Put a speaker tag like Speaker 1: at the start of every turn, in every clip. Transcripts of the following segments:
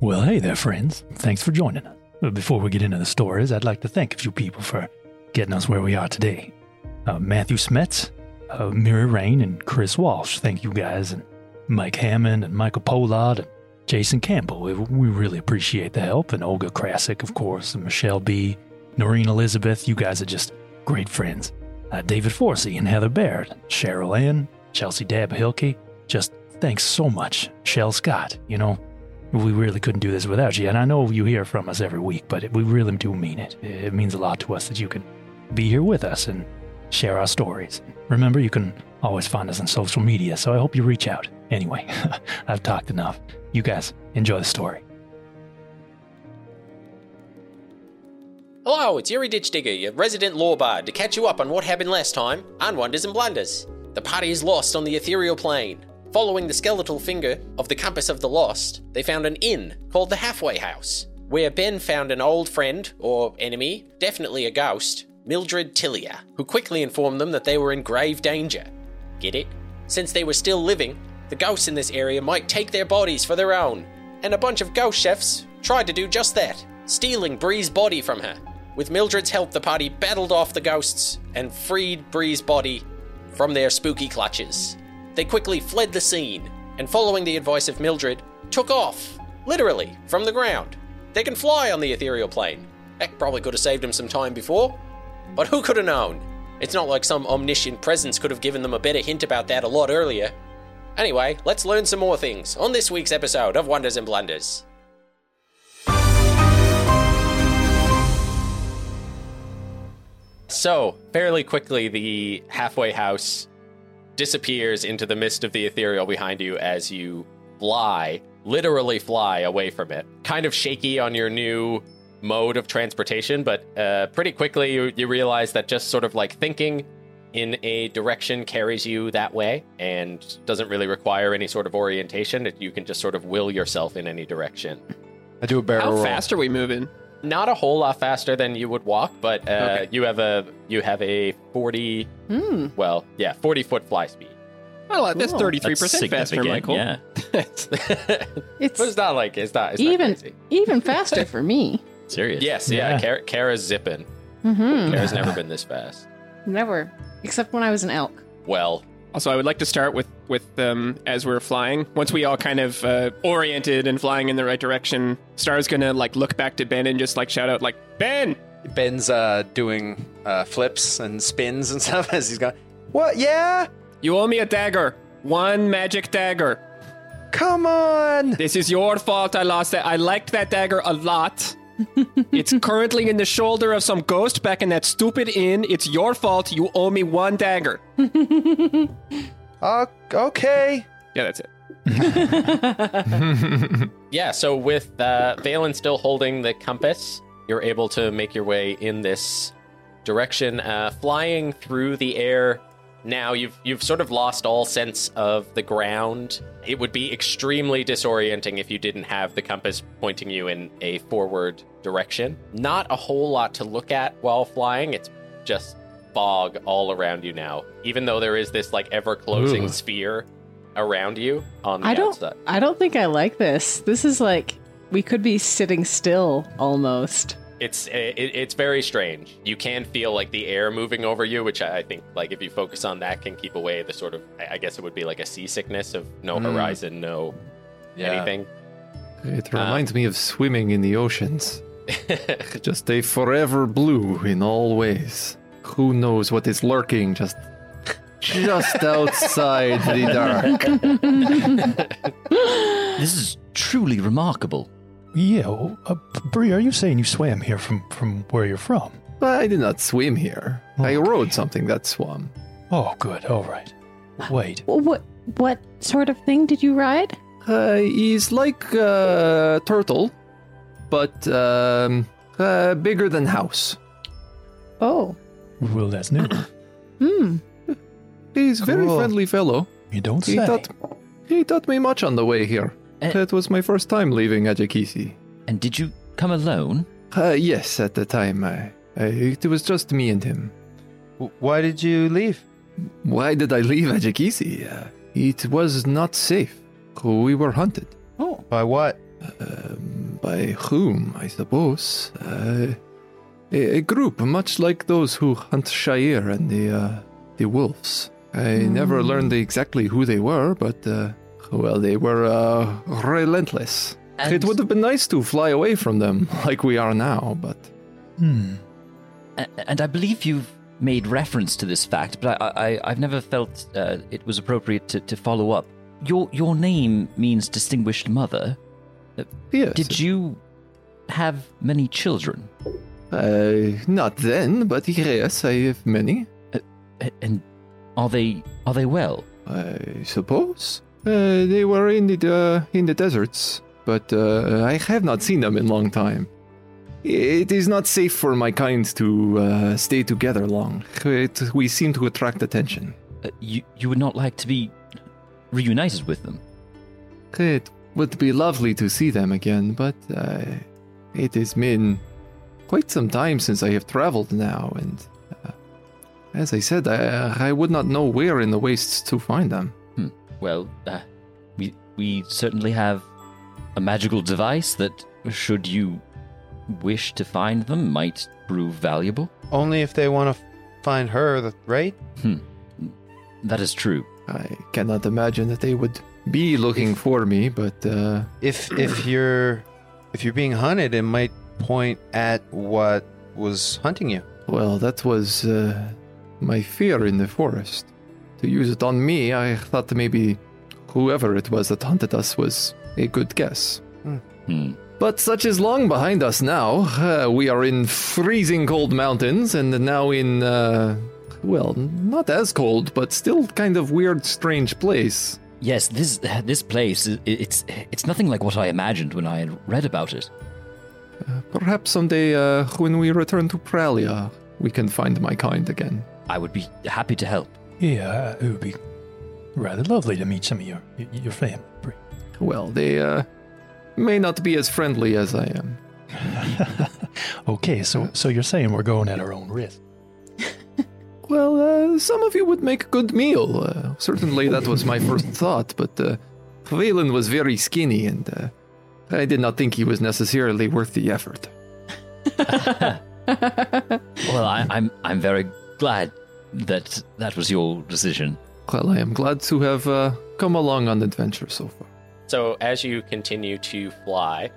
Speaker 1: Well, hey there, friends. Thanks for joining us. But Before we get into the stories, I'd like to thank a few people for getting us where we are today. Uh, Matthew Smets, uh, Mary Rain, and Chris Walsh. Thank you guys. And Mike Hammond, and Michael Pollard, and Jason Campbell. We, we really appreciate the help. And Olga Krasik, of course, and Michelle B., Noreen Elizabeth. You guys are just great friends. Uh, David Forsey and Heather Baird, Cheryl Ann, Chelsea Dab Hilke. Just thanks so much, Shell Scott. You know, we really couldn't do this without you. And I know you hear from us every week, but we really do mean it. It means a lot to us that you can be here with us and share our stories. Remember, you can always find us on social media, so I hope you reach out. Anyway, I've talked enough. You guys, enjoy the story.
Speaker 2: Hello, it's Yuri Ditch Digger, your resident law bard, to catch you up on what happened last time on Wonders and Blunders. The party is lost on the ethereal plane. Following the skeletal finger of the Compass of the Lost, they found an inn called the Halfway House, where Ben found an old friend, or enemy, definitely a ghost, Mildred Tillia, who quickly informed them that they were in grave danger. Get it? Since they were still living, the ghosts in this area might take their bodies for their own. And a bunch of ghost chefs tried to do just that, stealing Bree's body from her. With Mildred's help, the party battled off the ghosts and freed Bree's body from their spooky clutches. They quickly fled the scene, and following the advice of Mildred, took off, literally, from the ground. They can fly on the ethereal plane. That probably could have saved them some time before. But who could have known? It's not like some omniscient presence could have given them a better hint about that a lot earlier. Anyway, let's learn some more things on this week's episode of Wonders and Blunders. So, fairly quickly, the halfway house disappears into the mist of the ethereal behind you as you fly, literally fly away from it. Kind of shaky on your new mode of transportation, but uh, pretty quickly you, you realize that just sort of like thinking in a direction carries you that way and doesn't really require any sort of orientation. It- You can just sort of will yourself in any direction.
Speaker 3: I do a barrel
Speaker 4: How
Speaker 3: roll.
Speaker 4: fast are we moving?
Speaker 2: Not a whole lot faster than you would walk, but uh,
Speaker 4: Okay.
Speaker 2: you have a you have a forty
Speaker 4: Hmm.
Speaker 2: well yeah forty foot fly speed.
Speaker 4: Well, Oh, Uh, that's
Speaker 5: Cool.
Speaker 4: thirty-three
Speaker 5: That's
Speaker 4: percent faster,
Speaker 5: significant,
Speaker 4: Michael.
Speaker 5: Yeah.
Speaker 2: But it's
Speaker 6: It's
Speaker 2: not like it's not it's not
Speaker 6: Even-
Speaker 2: crazy.
Speaker 6: even faster for me.
Speaker 5: Serious.
Speaker 2: Yes, yeah.
Speaker 1: Yeah.
Speaker 2: Kara, Kara's zipping.
Speaker 6: hmm
Speaker 2: Kara's never been this fast.
Speaker 6: Never, except when I was an elk.
Speaker 2: Well,
Speaker 4: Also, I would like to start with with um, as we're flying. Once we all kind of uh, oriented and flying in the right direction, Star's gonna like look back to Ben and just like shout out like Ben.
Speaker 3: Ben's uh, doing uh, flips and spins and stuff as he's going. What? Yeah.
Speaker 4: You owe me a dagger. One magic dagger.
Speaker 3: Come on.
Speaker 4: This is your fault I lost that. I liked that dagger a lot. it's currently in the shoulder of some ghost back in that stupid inn. It's your fault. You owe me one dagger.
Speaker 3: Uh, okay.
Speaker 4: Yeah, that's it.
Speaker 2: yeah. So with uh, Valen still holding the compass, you're able to make your way in this direction, uh, flying through the air. Now you've you've sort of lost all sense of the ground. It would be extremely disorienting if you didn't have the compass pointing you in a forward direction. Not a whole lot to look at while flying. It's just fog all around you now. Even though there is this like ever closing
Speaker 1: Ooh.
Speaker 2: sphere around you on the
Speaker 6: I don't.
Speaker 2: outside.
Speaker 6: I don't think I like this. This is like we could be sitting still almost.
Speaker 2: it's eh, it, it's very strange. You can feel like the air moving over you, which I I think like if you focus on that can keep away the sort of I I guess it would be like a seasickness of no
Speaker 7: Mm.
Speaker 2: horizon, no anything.
Speaker 7: It
Speaker 2: Uh,
Speaker 7: reminds me of swimming in the oceans. Just a forever blue in all ways. Who knows what is lurking just just outside the dark.
Speaker 5: This is truly remarkable.
Speaker 1: Yeah, well, uh, Bree, are you saying you swam here from, from where you're from?
Speaker 7: I did not swim here.
Speaker 1: Okay.
Speaker 7: I rode something that swam.
Speaker 1: Oh, good. All right. Wait.
Speaker 6: Well, what what sort of thing did you ride?
Speaker 7: Uh, he's like a turtle, but um, uh, bigger than house.
Speaker 6: Oh,
Speaker 1: Well, that's new.
Speaker 6: hmm.
Speaker 7: He's very
Speaker 1: Cool.
Speaker 7: friendly fellow.
Speaker 1: You don't
Speaker 7: He
Speaker 1: say.
Speaker 7: taught, he taught me much on the way here.
Speaker 5: Eh.
Speaker 7: that was my first time leaving Ajakisi.
Speaker 5: And did you come alone?
Speaker 7: Uh, yes, at the time. I, I, it was just me and him.
Speaker 3: W- Why did you leave?
Speaker 7: Why did I leave Ajakisi? Uh, it was not safe. We were hunted.
Speaker 5: Oh,
Speaker 3: By what?
Speaker 7: Um, By whom, I suppose? Uh, a, a group much like those who hunt Shire and the, uh, the wolves. I never learned exactly who they were, but, uh, well, they were uh, relentless.
Speaker 5: And-
Speaker 7: It would have been nice to fly away from them like we are now, but
Speaker 1: Hmm.
Speaker 5: A- And I believe you've made reference to this fact, but I, I, I've never felt uh, it was appropriate to, to follow up. Your, your name means distinguished mother. Uh,
Speaker 7: yes.
Speaker 5: Did you have many children?
Speaker 7: Uh, not then, but yes, I have many.
Speaker 5: A- And are they are they well?
Speaker 7: I suppose uh, they were in the uh, in the deserts, but uh, I have not seen them in long time. It is not safe for my kind to uh, stay together long. It, we seem to attract attention.
Speaker 5: Uh, you you would not like to be reunited with them.
Speaker 7: It would be lovely to see them again, but uh, it has been quite some time since I have traveled now, and uh, as I said, I, I would not know where in the wastes to find them.
Speaker 5: Hmm. Well, uh, we we certainly have a magical device that, should you wish to find them, might prove valuable.
Speaker 8: Only if they want to find her, th- right?
Speaker 5: Hmm. That is true.
Speaker 7: I cannot imagine that they would be looking for me, but uh,
Speaker 8: If if you're if you're being hunted, it might point at what was hunting you.
Speaker 7: well, that was uh, my fear in the forest. To use it on me, I thought maybe whoever it was that hunted us was a good guess.
Speaker 5: Hmm.
Speaker 7: But such is long behind us now. Uh, we are in freezing cold mountains, and now in, uh, well, not as cold, but still kind of weird, strange place.
Speaker 5: Yes, this this place i- it's it's nothing like what I imagined when I had read about it.
Speaker 7: Perhaps someday, uh, when we return to Pralia, we can find my kind again.
Speaker 5: I would be happy to help.
Speaker 1: Yeah, it would be rather lovely to meet some of your your family. Bree.
Speaker 7: Well, they uh, may not be as friendly as I am.
Speaker 1: Okay, so so you're saying we're going at our own risk.
Speaker 7: Well, uh, some of you would make good meal. Uh, certainly, that was my first thought, but uh, Valen was very skinny, and uh, I did not think he was necessarily worth the effort.
Speaker 5: Well, I, I'm I'm very glad that that was your decision.
Speaker 7: Well, I am glad to have uh, come along on the adventure so far.
Speaker 2: So as you continue to fly,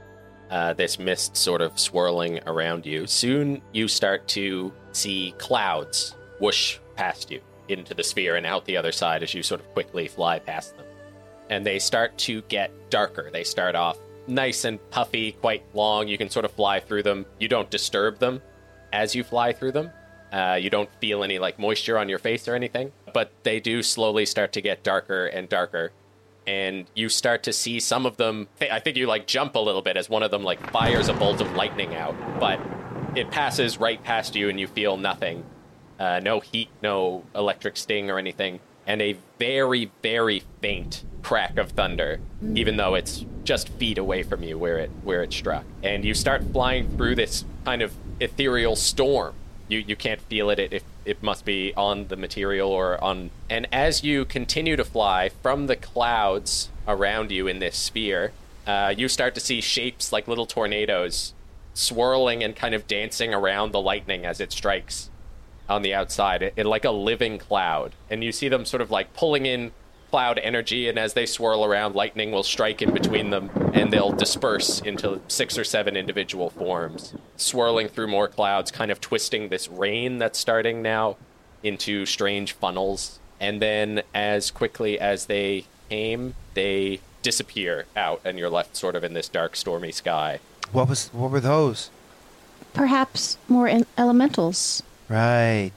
Speaker 2: uh, this mist sort of swirling around you, soon you start to see clouds whoosh past you into the sphere and out the other side as you sort of quickly fly past them. And they start to get darker. They start off nice and puffy, quite long. You can sort of fly through them. You don't disturb them as you fly through them. Uh, you don't feel any like moisture on your face or anything, but they do slowly start to get darker and darker and you start to see some of them. I think you like jump a little bit as one of them like fires a bolt of lightning out, but it passes right past you, and you feel nothing. Uh, no heat, no electric sting or anything, and a very, very faint crack of thunder, even though it's just feet away from you where it where it struck. And you start flying through this kind of ethereal storm. You you can't feel it. It it, it must be on the material or on. And as you continue to fly from the clouds around you in this sphere, uh, you start to see shapes like little tornadoes swirling and kind of dancing around the lightning as it strikes on the outside it, it- like a living cloud and you see them sort of like pulling in cloud energy and as they swirl around lightning will strike in between them and they'll disperse into six or seven individual forms swirling through more clouds kind of twisting this rain that's starting now into strange funnels and then as quickly as they came they disappear out and you're left sort of in this dark stormy sky
Speaker 8: What was what were those?
Speaker 9: Perhaps more in- elementals.
Speaker 8: Right.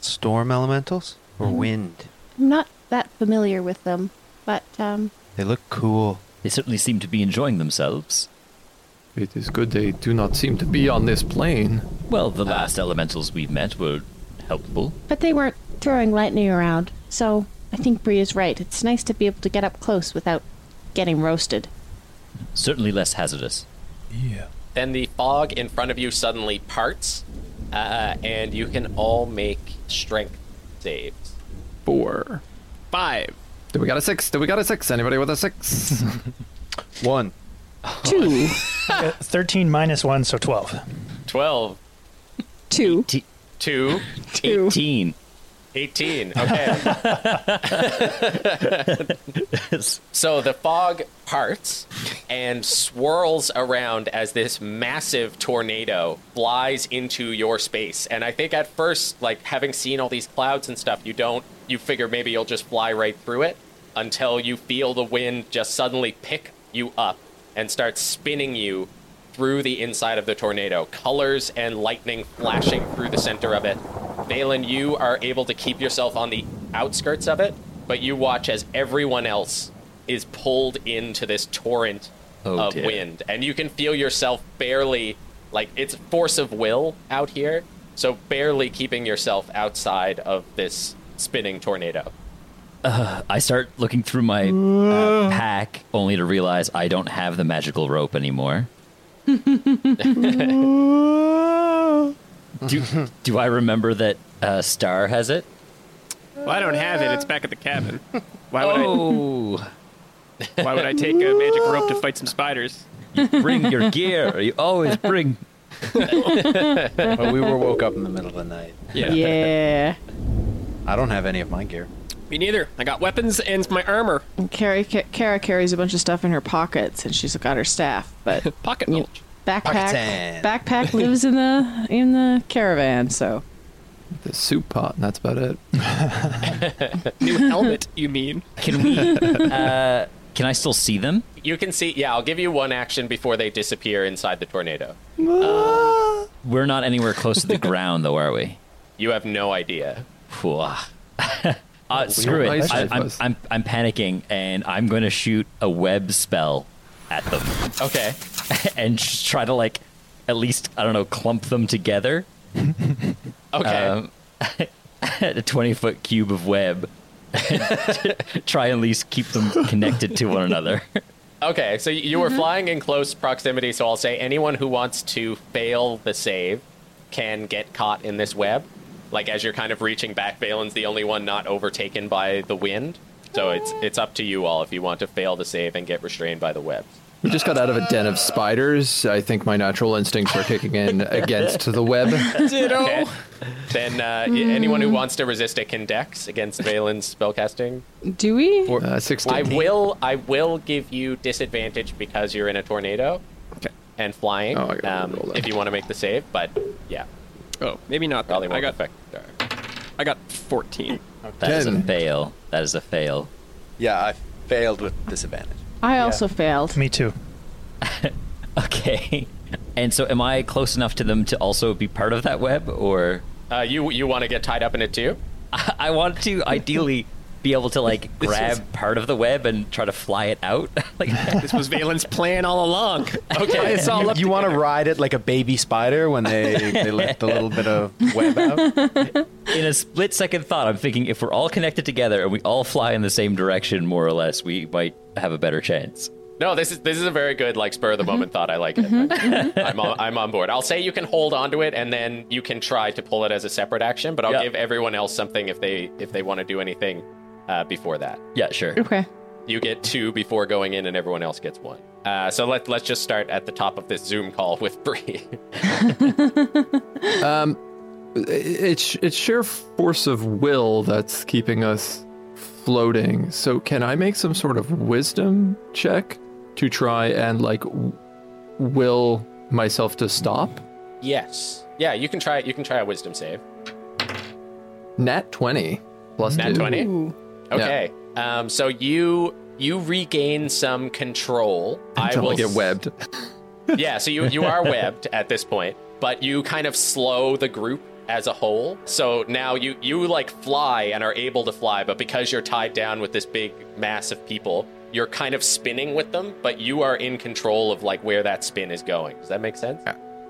Speaker 8: Storm elementals or wind.
Speaker 9: I'm not that familiar with them, but um,
Speaker 8: They look cool.
Speaker 5: They certainly seem to be enjoying themselves.
Speaker 7: It is good they do not seem to be on this plane.
Speaker 5: Well, the last elementals we've met were helpful.
Speaker 9: but they weren't throwing lightning around. So I think Bree is right. It's nice to be able to get up close without getting roasted.
Speaker 5: Certainly less hazardous.
Speaker 1: Yeah.
Speaker 2: Then the fog in front of you suddenly parts, uh, and you can all make strength saves.
Speaker 7: Four.
Speaker 4: Five.
Speaker 7: Do we got a six? Do we got a six? Anybody with a six?
Speaker 8: One.
Speaker 6: Two.
Speaker 1: Uh, 13 minus 1, so 12.
Speaker 2: 12,
Speaker 6: Two.
Speaker 2: 2,
Speaker 6: Two.
Speaker 5: 18.
Speaker 2: 18. Okay. so the fog parts and swirls around as this massive tornado flies into your space. And I think at first, like having seen all these clouds and stuff, you don't, you figure maybe you'll just fly right through it until you feel the wind just suddenly pick you up and start spinning you through the inside of the tornado, colors and lightning flashing through the center of it. Valen, you are able to keep yourself on the outskirts of it, but you watch as everyone else is pulled into this torrent
Speaker 5: Oh,
Speaker 2: of
Speaker 5: dear.
Speaker 2: wind. And you can feel yourself barely, like, it's force of will out here, so barely keeping yourself outside of this spinning tornado.
Speaker 5: Uh, I start looking through my uh, pack only to realize I don't have the magical rope anymore. do, do I remember that uh, Star has it?
Speaker 4: Well, I don't have it. It's back at the cabin. Why would
Speaker 5: Oh,
Speaker 4: I? Why would I take a magic rope to fight some spiders?
Speaker 5: bring your gear. You always bring.
Speaker 3: But we were woke up in the middle of the night.
Speaker 6: Yeah.
Speaker 3: I don't have any of my gear.
Speaker 4: Me neither. I got weapons and my armor.
Speaker 6: And Kara, Ka- Kara carries a bunch of stuff in her pockets, and she's got her staff. But
Speaker 4: Pocket knowledge.
Speaker 6: backpack
Speaker 3: Pakistan.
Speaker 6: backpack lives in the in the caravan, so
Speaker 7: The soup pot, and that's about it.
Speaker 4: New helmet, you mean?
Speaker 5: Can we? Uh, can I still see them?
Speaker 2: You can see, yeah, I'll give you one action before they disappear inside the tornado.
Speaker 5: We're not anywhere close to the ground, though, are we?
Speaker 2: You have no idea. Oh,
Speaker 5: Phew, ah. uh, screw it.
Speaker 7: nice
Speaker 5: I,
Speaker 7: it
Speaker 5: I'm,
Speaker 7: was.
Speaker 5: I'm, I'm panicking, and I'm going to shoot a web spell at them
Speaker 2: Okay.
Speaker 5: and just try to, like, at least, I don't know, clump them together.
Speaker 2: Okay.
Speaker 5: Um, a 20 foot cube of web. try and at least keep them connected to one another.
Speaker 2: Okay, so you
Speaker 4: Mm-hmm.
Speaker 2: were flying in close proximity, so I'll say anyone who wants to fail the save can get caught in this web. Like as you're kind of reaching back, Valen's the only one not overtaken by the wind. So
Speaker 4: Oh.
Speaker 2: it's it's up to you all if you want to fail the save and get restrained by the web.
Speaker 7: We just got out of a den of spiders. I think my natural instincts are kicking in against the web.
Speaker 2: Okay. then uh,
Speaker 4: Hmm.
Speaker 2: y- anyone who wants to resist it can dex against Valen's spellcasting.
Speaker 6: do we?
Speaker 7: Uh,
Speaker 2: I
Speaker 7: 16.
Speaker 2: will I will give you disadvantage because you're in a tornado and flying
Speaker 7: Oh, I gotta
Speaker 2: um,
Speaker 7: roll that.
Speaker 2: if you want to make the save, but yeah,
Speaker 4: Oh, maybe not.
Speaker 2: probably
Speaker 4: Then.
Speaker 2: won't
Speaker 4: I got.
Speaker 2: affect.
Speaker 4: I got fourteen.
Speaker 5: That is a
Speaker 7: Ten.
Speaker 5: fail. That is a fail.
Speaker 3: Yeah, I failed with disadvantage.
Speaker 6: I also failed.
Speaker 1: Me too.
Speaker 5: Okay. And so, am I close enough to them to also be part of that web, or
Speaker 2: Uh, you you want to get tied up in it too?
Speaker 5: I, I want to ideally be able to like grab part of the web and try to fly it out? like,
Speaker 4: This was Valen's plan all along.
Speaker 2: Okay.
Speaker 4: It's all
Speaker 3: You,
Speaker 4: up to
Speaker 3: want to ride it like a baby spider when they, they let the little bit of web out?
Speaker 5: in a split second thought, I'm thinking if we're all connected together and we all fly in the same direction, more or less, we might have a better chance.
Speaker 2: No, this is this is a very good like spur of the moment thought. I like it. I'm on, I'm on board. I'll say you can hold onto it and then you can try to pull it as a separate action, but I'll
Speaker 5: Yeah.
Speaker 2: give everyone else something if they if they want to do anything uh, before that.
Speaker 5: Yeah, sure.
Speaker 6: Okay.
Speaker 2: You get two before going in, and everyone else gets one. Uh, so let let's just start at the top of this Zoom call with Bree.
Speaker 7: Um, it's it's sheer force of will that's keeping us floating. So can I make some sort of wisdom check to try and like w- will myself to stop?
Speaker 2: yes. Yeah, you can try you can try a wisdom save.
Speaker 7: Nat twenty plus
Speaker 2: Nat
Speaker 7: two.
Speaker 2: 20?
Speaker 6: Ooh.
Speaker 2: Okay. Um, so you you regain some control. I
Speaker 7: Until I
Speaker 2: will
Speaker 7: get
Speaker 2: s-
Speaker 7: webbed.
Speaker 2: yeah, so you, you are webbed at this point, but you kind of slow the group as a whole. So now you, you like fly and are able to fly, but because you're tied down with this big mass of people, you're kind of spinning with them, but you are in control of like where that spin is going. Does that make sense?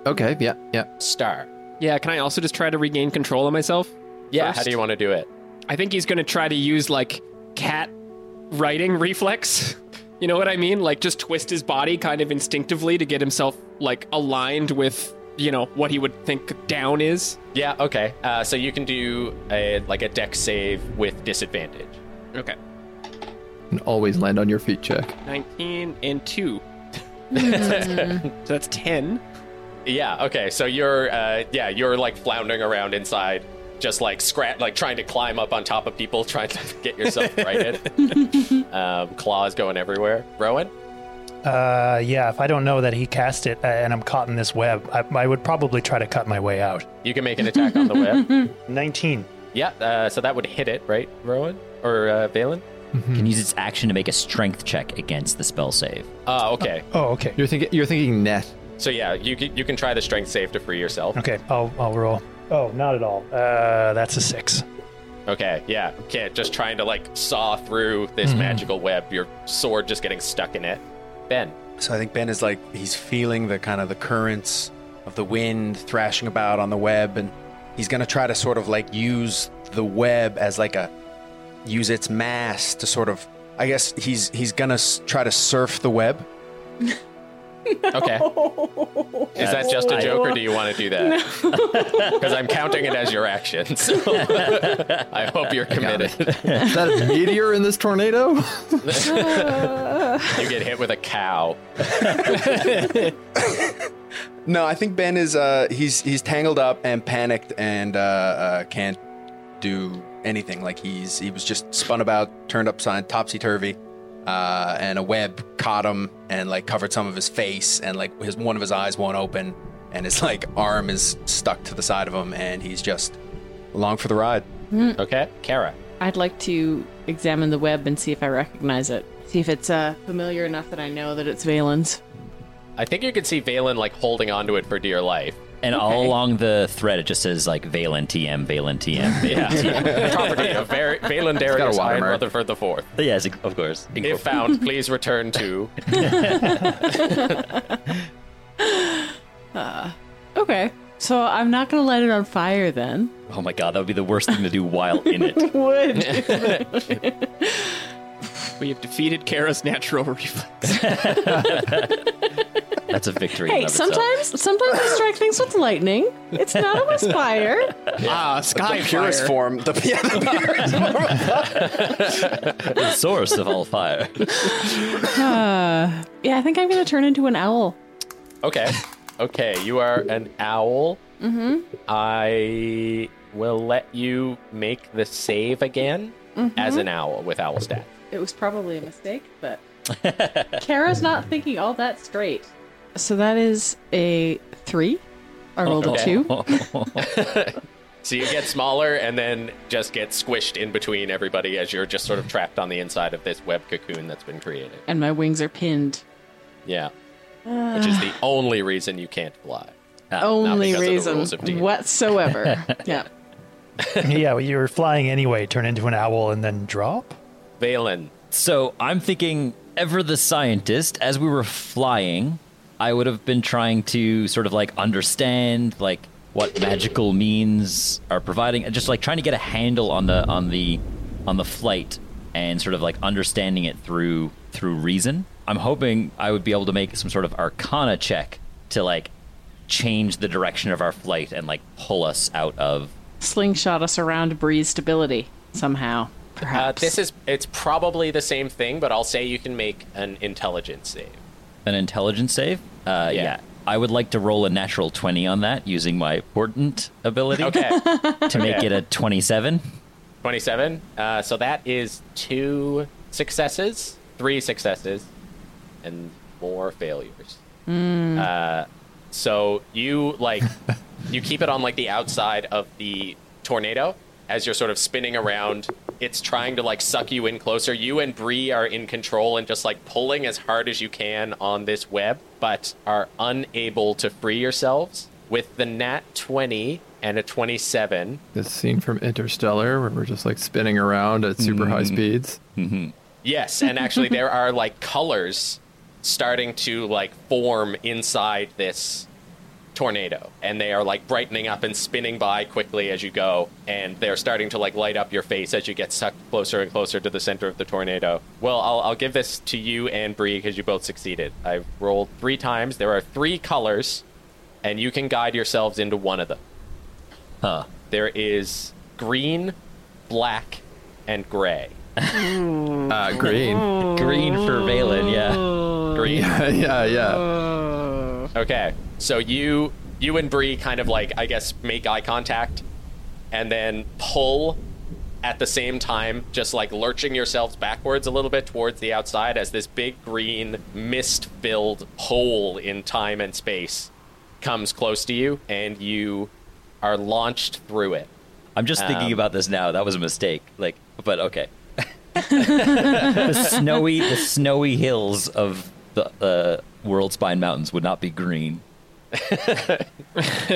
Speaker 7: Okay. Yeah. Yeah.
Speaker 2: Star.
Speaker 4: you. Yeah. Can I also just try to regain control of myself?
Speaker 2: Yeah, how
Speaker 4: First?
Speaker 2: do you want to do it?
Speaker 4: I think he's going to try to use like cat writing reflex. You know what I mean? Like just twist his body kind of instinctively to get himself like aligned with, you know, what he would think down is.
Speaker 2: Yeah, okay. Uh, so you can do a like a deck save with disadvantage.
Speaker 4: Okay.
Speaker 7: And always land on your feet check.
Speaker 4: 19 and 2.
Speaker 6: Mm-hmm.
Speaker 4: So that's 10.
Speaker 2: Yeah. Okay. So you're, uh, yeah, you're like floundering around inside, just like scrat, like trying to climb up on top of people, trying to get yourself righted. um, claws going everywhere. Rowan.
Speaker 1: Uh, yeah, if I don't know that he cast it uh, and I'm caught in this web, I, I would probably try to cut my way out.
Speaker 2: You can make an attack on the
Speaker 6: Hmm.
Speaker 2: web.
Speaker 1: 19.
Speaker 2: Yeah, uh, so that would hit it, right, Rowan? Or uh, Valen?
Speaker 3: Mm-hmm.
Speaker 5: Can use its action to make a strength check against the spell save.
Speaker 2: Uh, okay.
Speaker 1: Oh, okay.
Speaker 7: You're thinking you're thinking net.
Speaker 2: So yeah, you can, you can try the strength save to free yourself.
Speaker 1: Okay, I'll, I'll roll. Oh, not at all. Uh, that's a six.
Speaker 2: Okay, yeah. Okay, just trying to like saw through this
Speaker 7: Mm-hmm.
Speaker 2: magical web, your sword just getting stuck in it. Ben.
Speaker 3: So I think Ben is like he's feeling the kind of the currents of the wind thrashing about on the web, and he's gonna try to sort of like use the web as like a use its mass to sort of. I guess he's he's gonna s- try to surf the web.
Speaker 2: Okay. Is that just a joke, or do you want to do that? Because I'm counting it as your action. So I hope you're committed.
Speaker 7: Is that a meteor in this tornado?
Speaker 2: You get hit with a cow.
Speaker 3: No, I think Ben is uh he's he's tangled up and panicked and uh, uh can't do anything. Like he's he was just spun about, turned upside topsy turvy, uh, and a web caught him and like covered some of his face and like his one of his eyes won't open and his like arm is stuck to the side of him and he's just along for the ride.
Speaker 2: Mm. Okay, Kara.
Speaker 6: I'd like to examine the web and see if I recognize it. See if it's uh, familiar enough that I know that it's Valen's.
Speaker 2: I think you can see Valen like holding onto it for dear life.
Speaker 5: And all along the thread, it just says like Valen TM, Valen TM. Valen TM.
Speaker 2: Property of Var- Valen Darius Hyde
Speaker 7: watermark.
Speaker 2: Rutherford the Fourth.
Speaker 5: yes, of course.
Speaker 2: If found, please return to.
Speaker 6: Uh, Okay. So I'm not going to light it on fire then.
Speaker 5: Oh my god, that would be the worst thing to do while in it.
Speaker 6: Would.
Speaker 4: We have defeated Kara's natural reflex.
Speaker 5: That's a victory. in
Speaker 6: hey,
Speaker 5: and of itself.
Speaker 6: sometimes sometimes I strike things with lightning. It's not always fire.
Speaker 4: Ah, sky
Speaker 3: the purest
Speaker 4: fire.
Speaker 3: form. The, yeah, the purest form.
Speaker 5: the source of all fire.
Speaker 6: Yeah, I think I'm going to turn into an owl.
Speaker 2: Okay, okay, you are an owl. Mm-hmm. I will let you make the save again
Speaker 6: Mm-hmm.
Speaker 2: as an owl with owl stat.
Speaker 6: It was probably a mistake, but Kara's not thinking all that straight. So that is a three. I rolled
Speaker 2: Okay.
Speaker 6: a two.
Speaker 2: oh. So you get smaller and then just get squished in between everybody as you're just sort of trapped on the inside of this web cocoon that's been created.
Speaker 6: and my wings are pinned.
Speaker 2: Yeah, which is the only reason you can't fly. Uh,
Speaker 6: Only
Speaker 2: because of the
Speaker 6: reason
Speaker 2: rules of D&D.
Speaker 6: whatsoever. yeah.
Speaker 1: yeah, well, you're flying anyway, turn into an owl, and then drop?
Speaker 2: Valen,
Speaker 5: So I'm thinking, ever the scientist, as we were flying, I would have been trying to sort of like understand like what magical means are providing, and just like trying to get a handle on the on the on the flight and sort of like understanding it through through reason. I'm hoping I would be able to make some sort of arcana check to like change the direction of our flight and like pull us out of
Speaker 6: Slingshot us around breeze stability somehow.
Speaker 2: uh,
Speaker 6: Perhaps.
Speaker 2: this is it's probably the same thing, but I'll say you can make an intelligence save.
Speaker 5: an intelligence save. Uh, yeah. I would like to roll a natural 20 on that using my portent ability
Speaker 2: Okay.
Speaker 5: to make
Speaker 2: okay.
Speaker 5: it a 27.
Speaker 2: 27. Uh, so that is two successes, three successes, and more failures. Uh, so you like you keep it on like the outside of the tornado as you're sort of spinning around. It's trying to like suck you in closer. You and Bree are in control and just like pulling as hard as you can on this web, but are unable to free yourselves with the nat 20 and a 27.
Speaker 7: This scene from Interstellar where we're just like spinning around at super high
Speaker 2: Mm-hmm.
Speaker 7: speeds.
Speaker 2: Yes, and actually there are like colors starting to like form inside this tornado and they are like brightening up and spinning by quickly as you go and they're starting to like light up your face as you get sucked closer and closer to the center of the tornado well i'll, I'll give this to you and bree because you both succeeded i rolled three times there are three colors and you can guide yourselves into one of them
Speaker 5: Huh.
Speaker 2: there is green black and gray
Speaker 7: Uh, green.
Speaker 5: Green for Valen, yeah. Green.
Speaker 7: yeah, yeah, yeah.
Speaker 2: Okay. So you you and Bree kind of like I guess make eye contact and then pull at the same time, just like lurching yourselves backwards a little bit towards the outside as this big green mist filled hole in time and space comes close to you and you are launched through it.
Speaker 5: I'm just
Speaker 2: Um,
Speaker 5: thinking about this now. That was a mistake. Like, but okay. the snowy, the snowy hills of the uh, World Spine Mountains would not be green.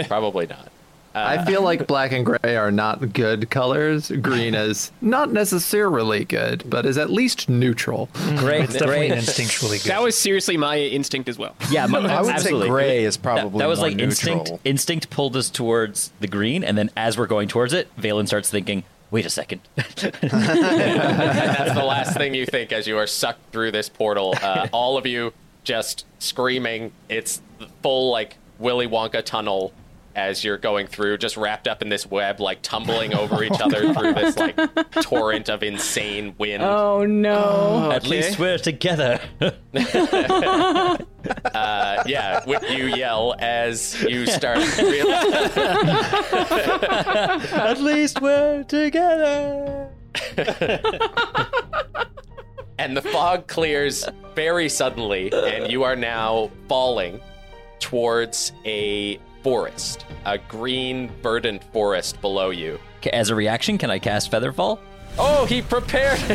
Speaker 2: Probably not. Uh,
Speaker 7: I feel like black and gray are not good colors. Green is not necessarily good, but is at least neutral.
Speaker 5: Gray,
Speaker 1: It's definitely
Speaker 5: gray.
Speaker 1: an instinctually good.
Speaker 4: That was seriously my instinct as well.
Speaker 5: Yeah, my,
Speaker 8: I would
Speaker 5: absolutely.
Speaker 8: say gray is
Speaker 5: That-
Speaker 8: probably
Speaker 5: that, was
Speaker 8: more
Speaker 5: like
Speaker 8: neutral.
Speaker 5: instinct. Instinct pulled us towards the green, and then as we're going towards it, Valen starts thinking, "Wait a second,
Speaker 2: That's the last thing you think as you are sucked through this portal. Uh, all of you just screaming. It's the full like Willy Wonka tunnel as you're going through, just wrapped up in this web, like tumbling over each other through this like torrent of insane wind.
Speaker 6: Oh no.
Speaker 5: at least we're together."
Speaker 2: Uh, yeah, wh- you yell as you start. Real-
Speaker 5: at least we're together.
Speaker 2: and the fog clears very suddenly, and you are now falling towards a forest, a green, verdant forest below you.
Speaker 5: Okay, As a reaction, can I cast Featherfall?
Speaker 2: Oh, he prepared.
Speaker 8: Oh, the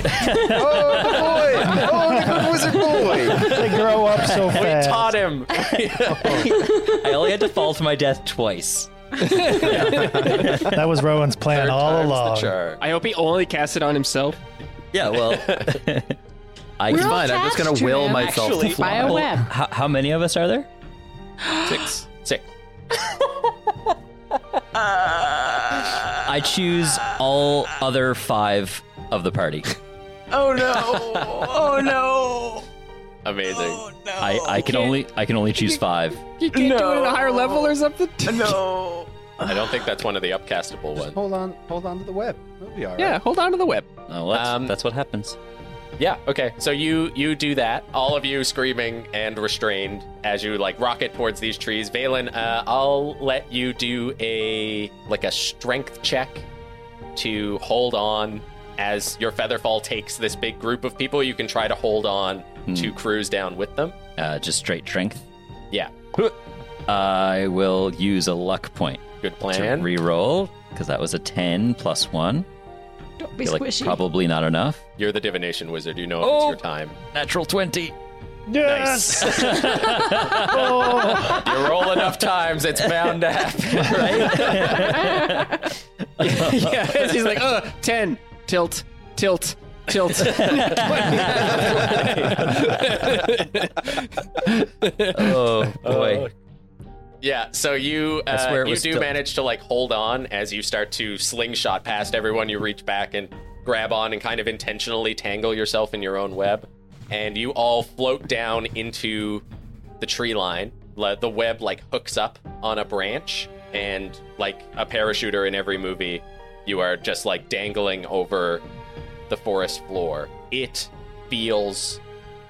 Speaker 8: boy! Oh, the good wizard boy!
Speaker 10: They grow up so fast.
Speaker 2: Taught him.
Speaker 5: I only had to fall to my death twice.
Speaker 10: That was Rowan's plan all along.
Speaker 4: I hope he only cast it on himself.
Speaker 5: Yeah, well, I
Speaker 7: It's fine. I'm just gonna
Speaker 6: attached to
Speaker 7: will
Speaker 6: him,
Speaker 7: myself
Speaker 4: actually.
Speaker 7: to
Speaker 6: By a
Speaker 7: fly.
Speaker 6: web.
Speaker 5: How, how many of us are there?
Speaker 2: Six. Six.
Speaker 5: I choose all other five of the party.
Speaker 8: Oh,
Speaker 2: Amazing.
Speaker 5: I, I can only I can only choose five. Uh,
Speaker 4: You can't do it at a higher level or something.
Speaker 2: I don't think that's one of the upcastable ones.
Speaker 8: Hold on, hold on to the web. We'll be all right.
Speaker 4: Yeah, hold on to the web.
Speaker 5: Oh, well, that's,
Speaker 2: Um,
Speaker 5: that's what happens.
Speaker 2: Yeah. Okay. So you you do that. All of you screaming and restrained as you like rocket towards these trees. Valen, uh, I'll let you do a like a strength check to hold on as your featherfall takes this big group of people. You can try to hold on
Speaker 5: Hmm.
Speaker 2: to cruise down with them.
Speaker 5: Uh, just straight strength.
Speaker 2: Yeah.
Speaker 5: I will use a luck point
Speaker 2: Good
Speaker 5: to
Speaker 2: plan.
Speaker 5: reroll because that was a ten plus one.
Speaker 6: Don't be
Speaker 5: Feel like
Speaker 6: squishy.
Speaker 5: probably not enough.
Speaker 2: You're the divination wizard. You know
Speaker 5: Oh.
Speaker 2: it's your time.
Speaker 5: Natural twenty.
Speaker 10: Yes.
Speaker 5: Oh.
Speaker 2: You roll enough times, it's bound to happen.
Speaker 4: yeah, he's like, uh, 10, tilt, tilt, tilt.
Speaker 5: Oh boy.
Speaker 2: Yeah, so you uh,
Speaker 5: swear it
Speaker 2: you
Speaker 5: was
Speaker 2: do
Speaker 5: still-
Speaker 2: manage to like hold on as you start to slingshot past everyone. You reach back and grab on and kind of intentionally tangle yourself in your own web, and you all float down into the tree line. Le- The web like hooks up on a branch, and like a parachuter in every movie, you are just like dangling over the forest floor. It feels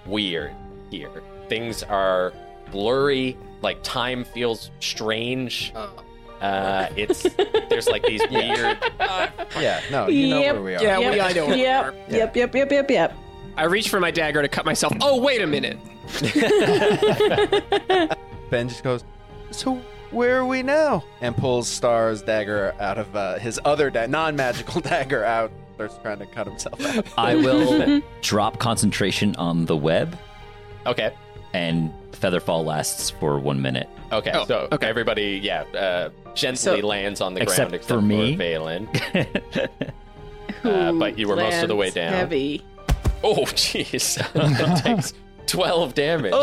Speaker 2: weird here. Things are blurry. Like time feels strange. Uh, it's there's like these weird.
Speaker 8: Yeah, no, you know
Speaker 6: Yep.
Speaker 8: where we are.
Speaker 4: Yeah, we,
Speaker 6: Yep.
Speaker 4: I know. where we
Speaker 6: Yep.
Speaker 4: are.
Speaker 6: Yep. Yep. Yep. Yep. Yep.
Speaker 4: I reach for my dagger to cut myself. Oh, wait a minute.
Speaker 3: Ben just goes
Speaker 8: So, where are we now?
Speaker 3: and pulls Star's dagger out of uh, his other da- non-magical dagger out. Starts trying to cut himself out.
Speaker 5: I will drop concentration on the web,
Speaker 2: Okay,
Speaker 5: and Featherfall lasts for one minute.
Speaker 2: okay.
Speaker 4: Oh,
Speaker 2: so
Speaker 4: okay.
Speaker 2: everybody, yeah, uh, gently
Speaker 6: So-
Speaker 2: lands on the
Speaker 5: Except
Speaker 2: ground
Speaker 5: for
Speaker 2: except for,
Speaker 5: me.
Speaker 2: Valen. Uh, but you were most of the way
Speaker 6: Lands
Speaker 2: down.
Speaker 6: Heavy.
Speaker 2: Oh, jeez, that takes twelve damage.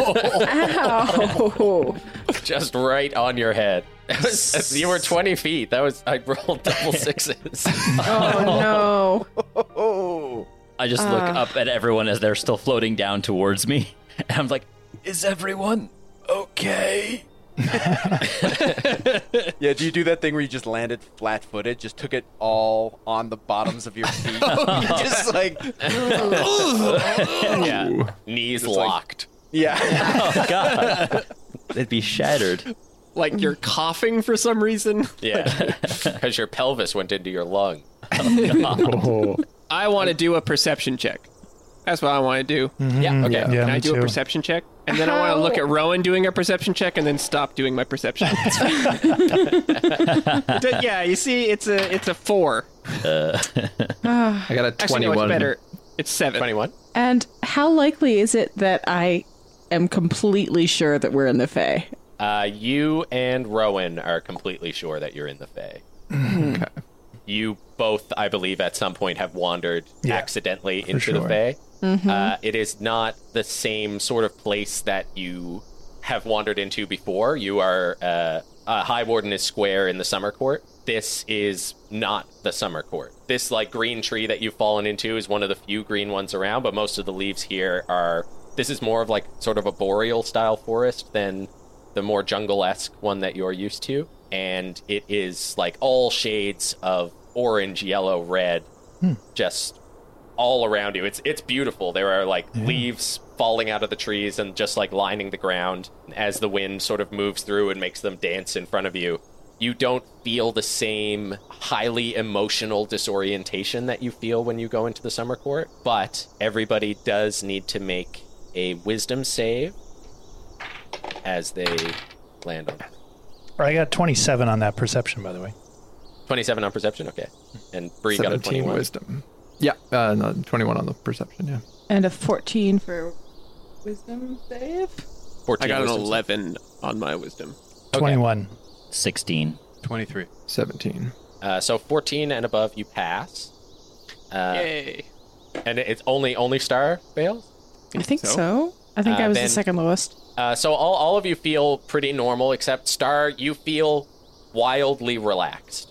Speaker 6: Ow.
Speaker 2: just right on your head. That was- you were twenty feet. That was I rolled double sixes.
Speaker 6: Oh no.
Speaker 5: I just look up at everyone as they're still floating down towards me. And I'm like, is everyone okay?
Speaker 3: Yeah, do you do that thing where you just landed flat footed, just took it all on the bottoms of your feet? just like,
Speaker 4: yeah.
Speaker 2: Knees
Speaker 3: It's like-
Speaker 2: locked.
Speaker 3: yeah.
Speaker 5: Oh god, it'd be shattered.
Speaker 4: Like you're coughing for some reason.
Speaker 2: yeah. Because your pelvis went into your lung. Oh,
Speaker 4: I want to do a perception check. That's what I want to do. Yeah. Okay.
Speaker 10: Mm-hmm. Yeah,
Speaker 4: Can I
Speaker 10: me
Speaker 4: do a
Speaker 10: too.
Speaker 4: perception check? And then I want to look at Rowan doing a perception check and then stop doing my perception. D- yeah, you see, it's a it's a four.
Speaker 7: I got a
Speaker 4: Actually, no,
Speaker 7: twenty-one.
Speaker 4: it's better. It's seven.
Speaker 2: 21.
Speaker 6: And how likely is it that I am completely sure that we're in the Fae?
Speaker 2: Uh, you and Rowan are completely sure that you're in the Fae. You both, I believe, at some point have wandered
Speaker 10: Yeah,
Speaker 2: accidentally into the
Speaker 10: sure.
Speaker 2: Fae. Uh, it is not the same sort of place that you have wandered into before. You are uh, uh, High Warden is square in the summer court. This is not the summer court. This like green tree that you've fallen into is one of the few green ones around, but most of the leaves here are. This is more of like sort of a boreal style forest than the more jungle esque one that you're used to. And it is like all shades of orange, yellow, red, just all around you. It's it's beautiful. There are like leaves falling out of the trees and just like lining the ground as the wind sort of moves through and makes them dance in front of you. You don't feel the same highly emotional disorientation that you feel when you go into the summer court, but everybody does need to make a wisdom save as they land on
Speaker 10: I got 27 on that perception, by the way.
Speaker 2: 27 on perception. Okay. And Bree got a
Speaker 7: Seventeen
Speaker 2: 21.
Speaker 7: wisdom. Yeah, uh, no, twenty-one on the perception. Yeah.
Speaker 6: And a 14 for wisdom save?
Speaker 2: 14
Speaker 4: I got an
Speaker 2: wisdom save.
Speaker 4: eleven on my wisdom.
Speaker 10: 21.
Speaker 5: Sixteen.
Speaker 8: 23.
Speaker 7: 17.
Speaker 2: Uh, so 14 and above, you pass. Uh,
Speaker 4: Yay!
Speaker 2: And it's only only star fails.
Speaker 6: I think so. I
Speaker 2: think
Speaker 6: think
Speaker 2: Uh,
Speaker 6: I was
Speaker 2: then-
Speaker 6: the second lowest.
Speaker 2: Uh, so all all of you feel pretty normal, except Star, you feel wildly relaxed.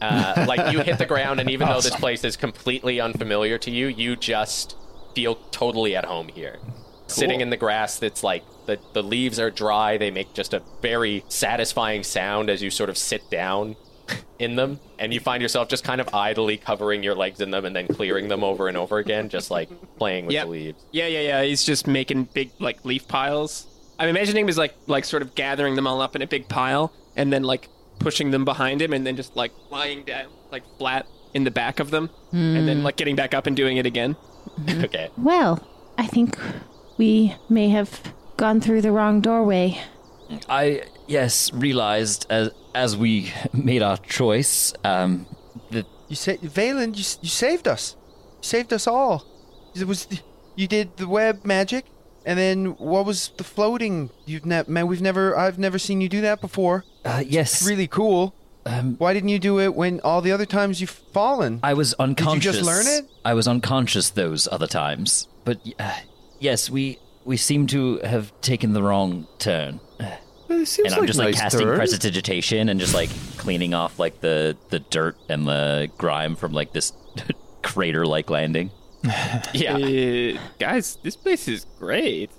Speaker 2: Uh, like you hit the ground, and even though this place is completely unfamiliar to you, you just feel totally at home here. Sitting in the grass, that's like the, the leaves are dry. They make just a very satisfying sound as you sort of sit down in them, and you find yourself just kind of idly covering your legs in them and then clearing them over and over again, just like playing with
Speaker 4: Yep.
Speaker 2: the leaves.
Speaker 4: Yeah, yeah, yeah. He's just making big like leaf piles. I'm imagining him as like like sort of gathering them all up in a big pile and then like pushing them behind him and then just like lying down like flat in the back of them and then like getting back up and doing it again. Mm-hmm.
Speaker 2: Okay.
Speaker 9: Well, I think we may have gone through the wrong doorway.
Speaker 5: I yes realized as as we made our choice um, that
Speaker 8: You said, Valen, you, s- you saved us. You saved us all. It was the, you did the web magic, and then what was the floating? You've ne- man, we've never, I've never seen you do that before.
Speaker 5: uh, yes Um,
Speaker 8: Really cool. Why didn't you do it when all the other times you've fallen?
Speaker 5: I was unconscious.
Speaker 8: learn it?
Speaker 5: I was unconscious those other times. But uh, yes, we we seem to have taken the wrong turn.
Speaker 7: It seems
Speaker 5: and
Speaker 7: like
Speaker 5: I'm just like
Speaker 7: nice
Speaker 5: casting
Speaker 7: turns.
Speaker 5: prestidigitation and just like cleaning off like the the dirt and the grime from like this crater like landing.
Speaker 2: Yeah.
Speaker 4: Uh, guys, this place is great.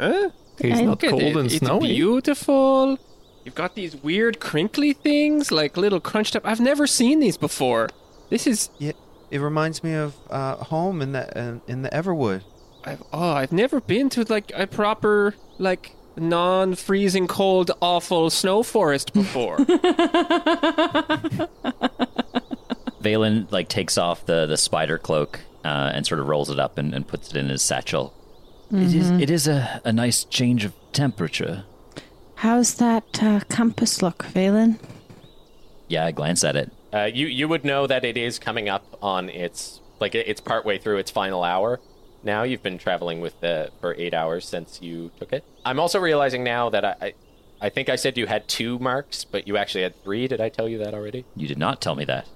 Speaker 4: Huh?
Speaker 7: It's
Speaker 9: I'm
Speaker 7: not
Speaker 4: Look at
Speaker 7: cold
Speaker 4: it.
Speaker 7: and
Speaker 4: it's
Speaker 7: snowy.
Speaker 4: beautiful. You've got these weird crinkly things, like little crunched up. I've never seen these before. This is
Speaker 8: Yeah, it reminds me of uh, home in the uh, in the Everwood.
Speaker 4: I've, oh, I've never been to like a proper like non-freezing cold awful snow forest before.
Speaker 5: Valen like takes off the the spider cloak uh, and sort of rolls it up and, and puts it in his satchel. It
Speaker 9: Mm-hmm.
Speaker 5: is it is a, a nice change of temperature.
Speaker 9: How's that uh, compass look, Valen?
Speaker 5: Yeah, I glance at it.
Speaker 2: Uh, you you would know that it is coming up on its like it- it's partway through its final hour. Now you've been traveling with the for eight hours since you took it. I'm also realizing now that I, I, I think I said you had two marks, but you actually had three. Did I tell you that already?
Speaker 5: You did not tell me that.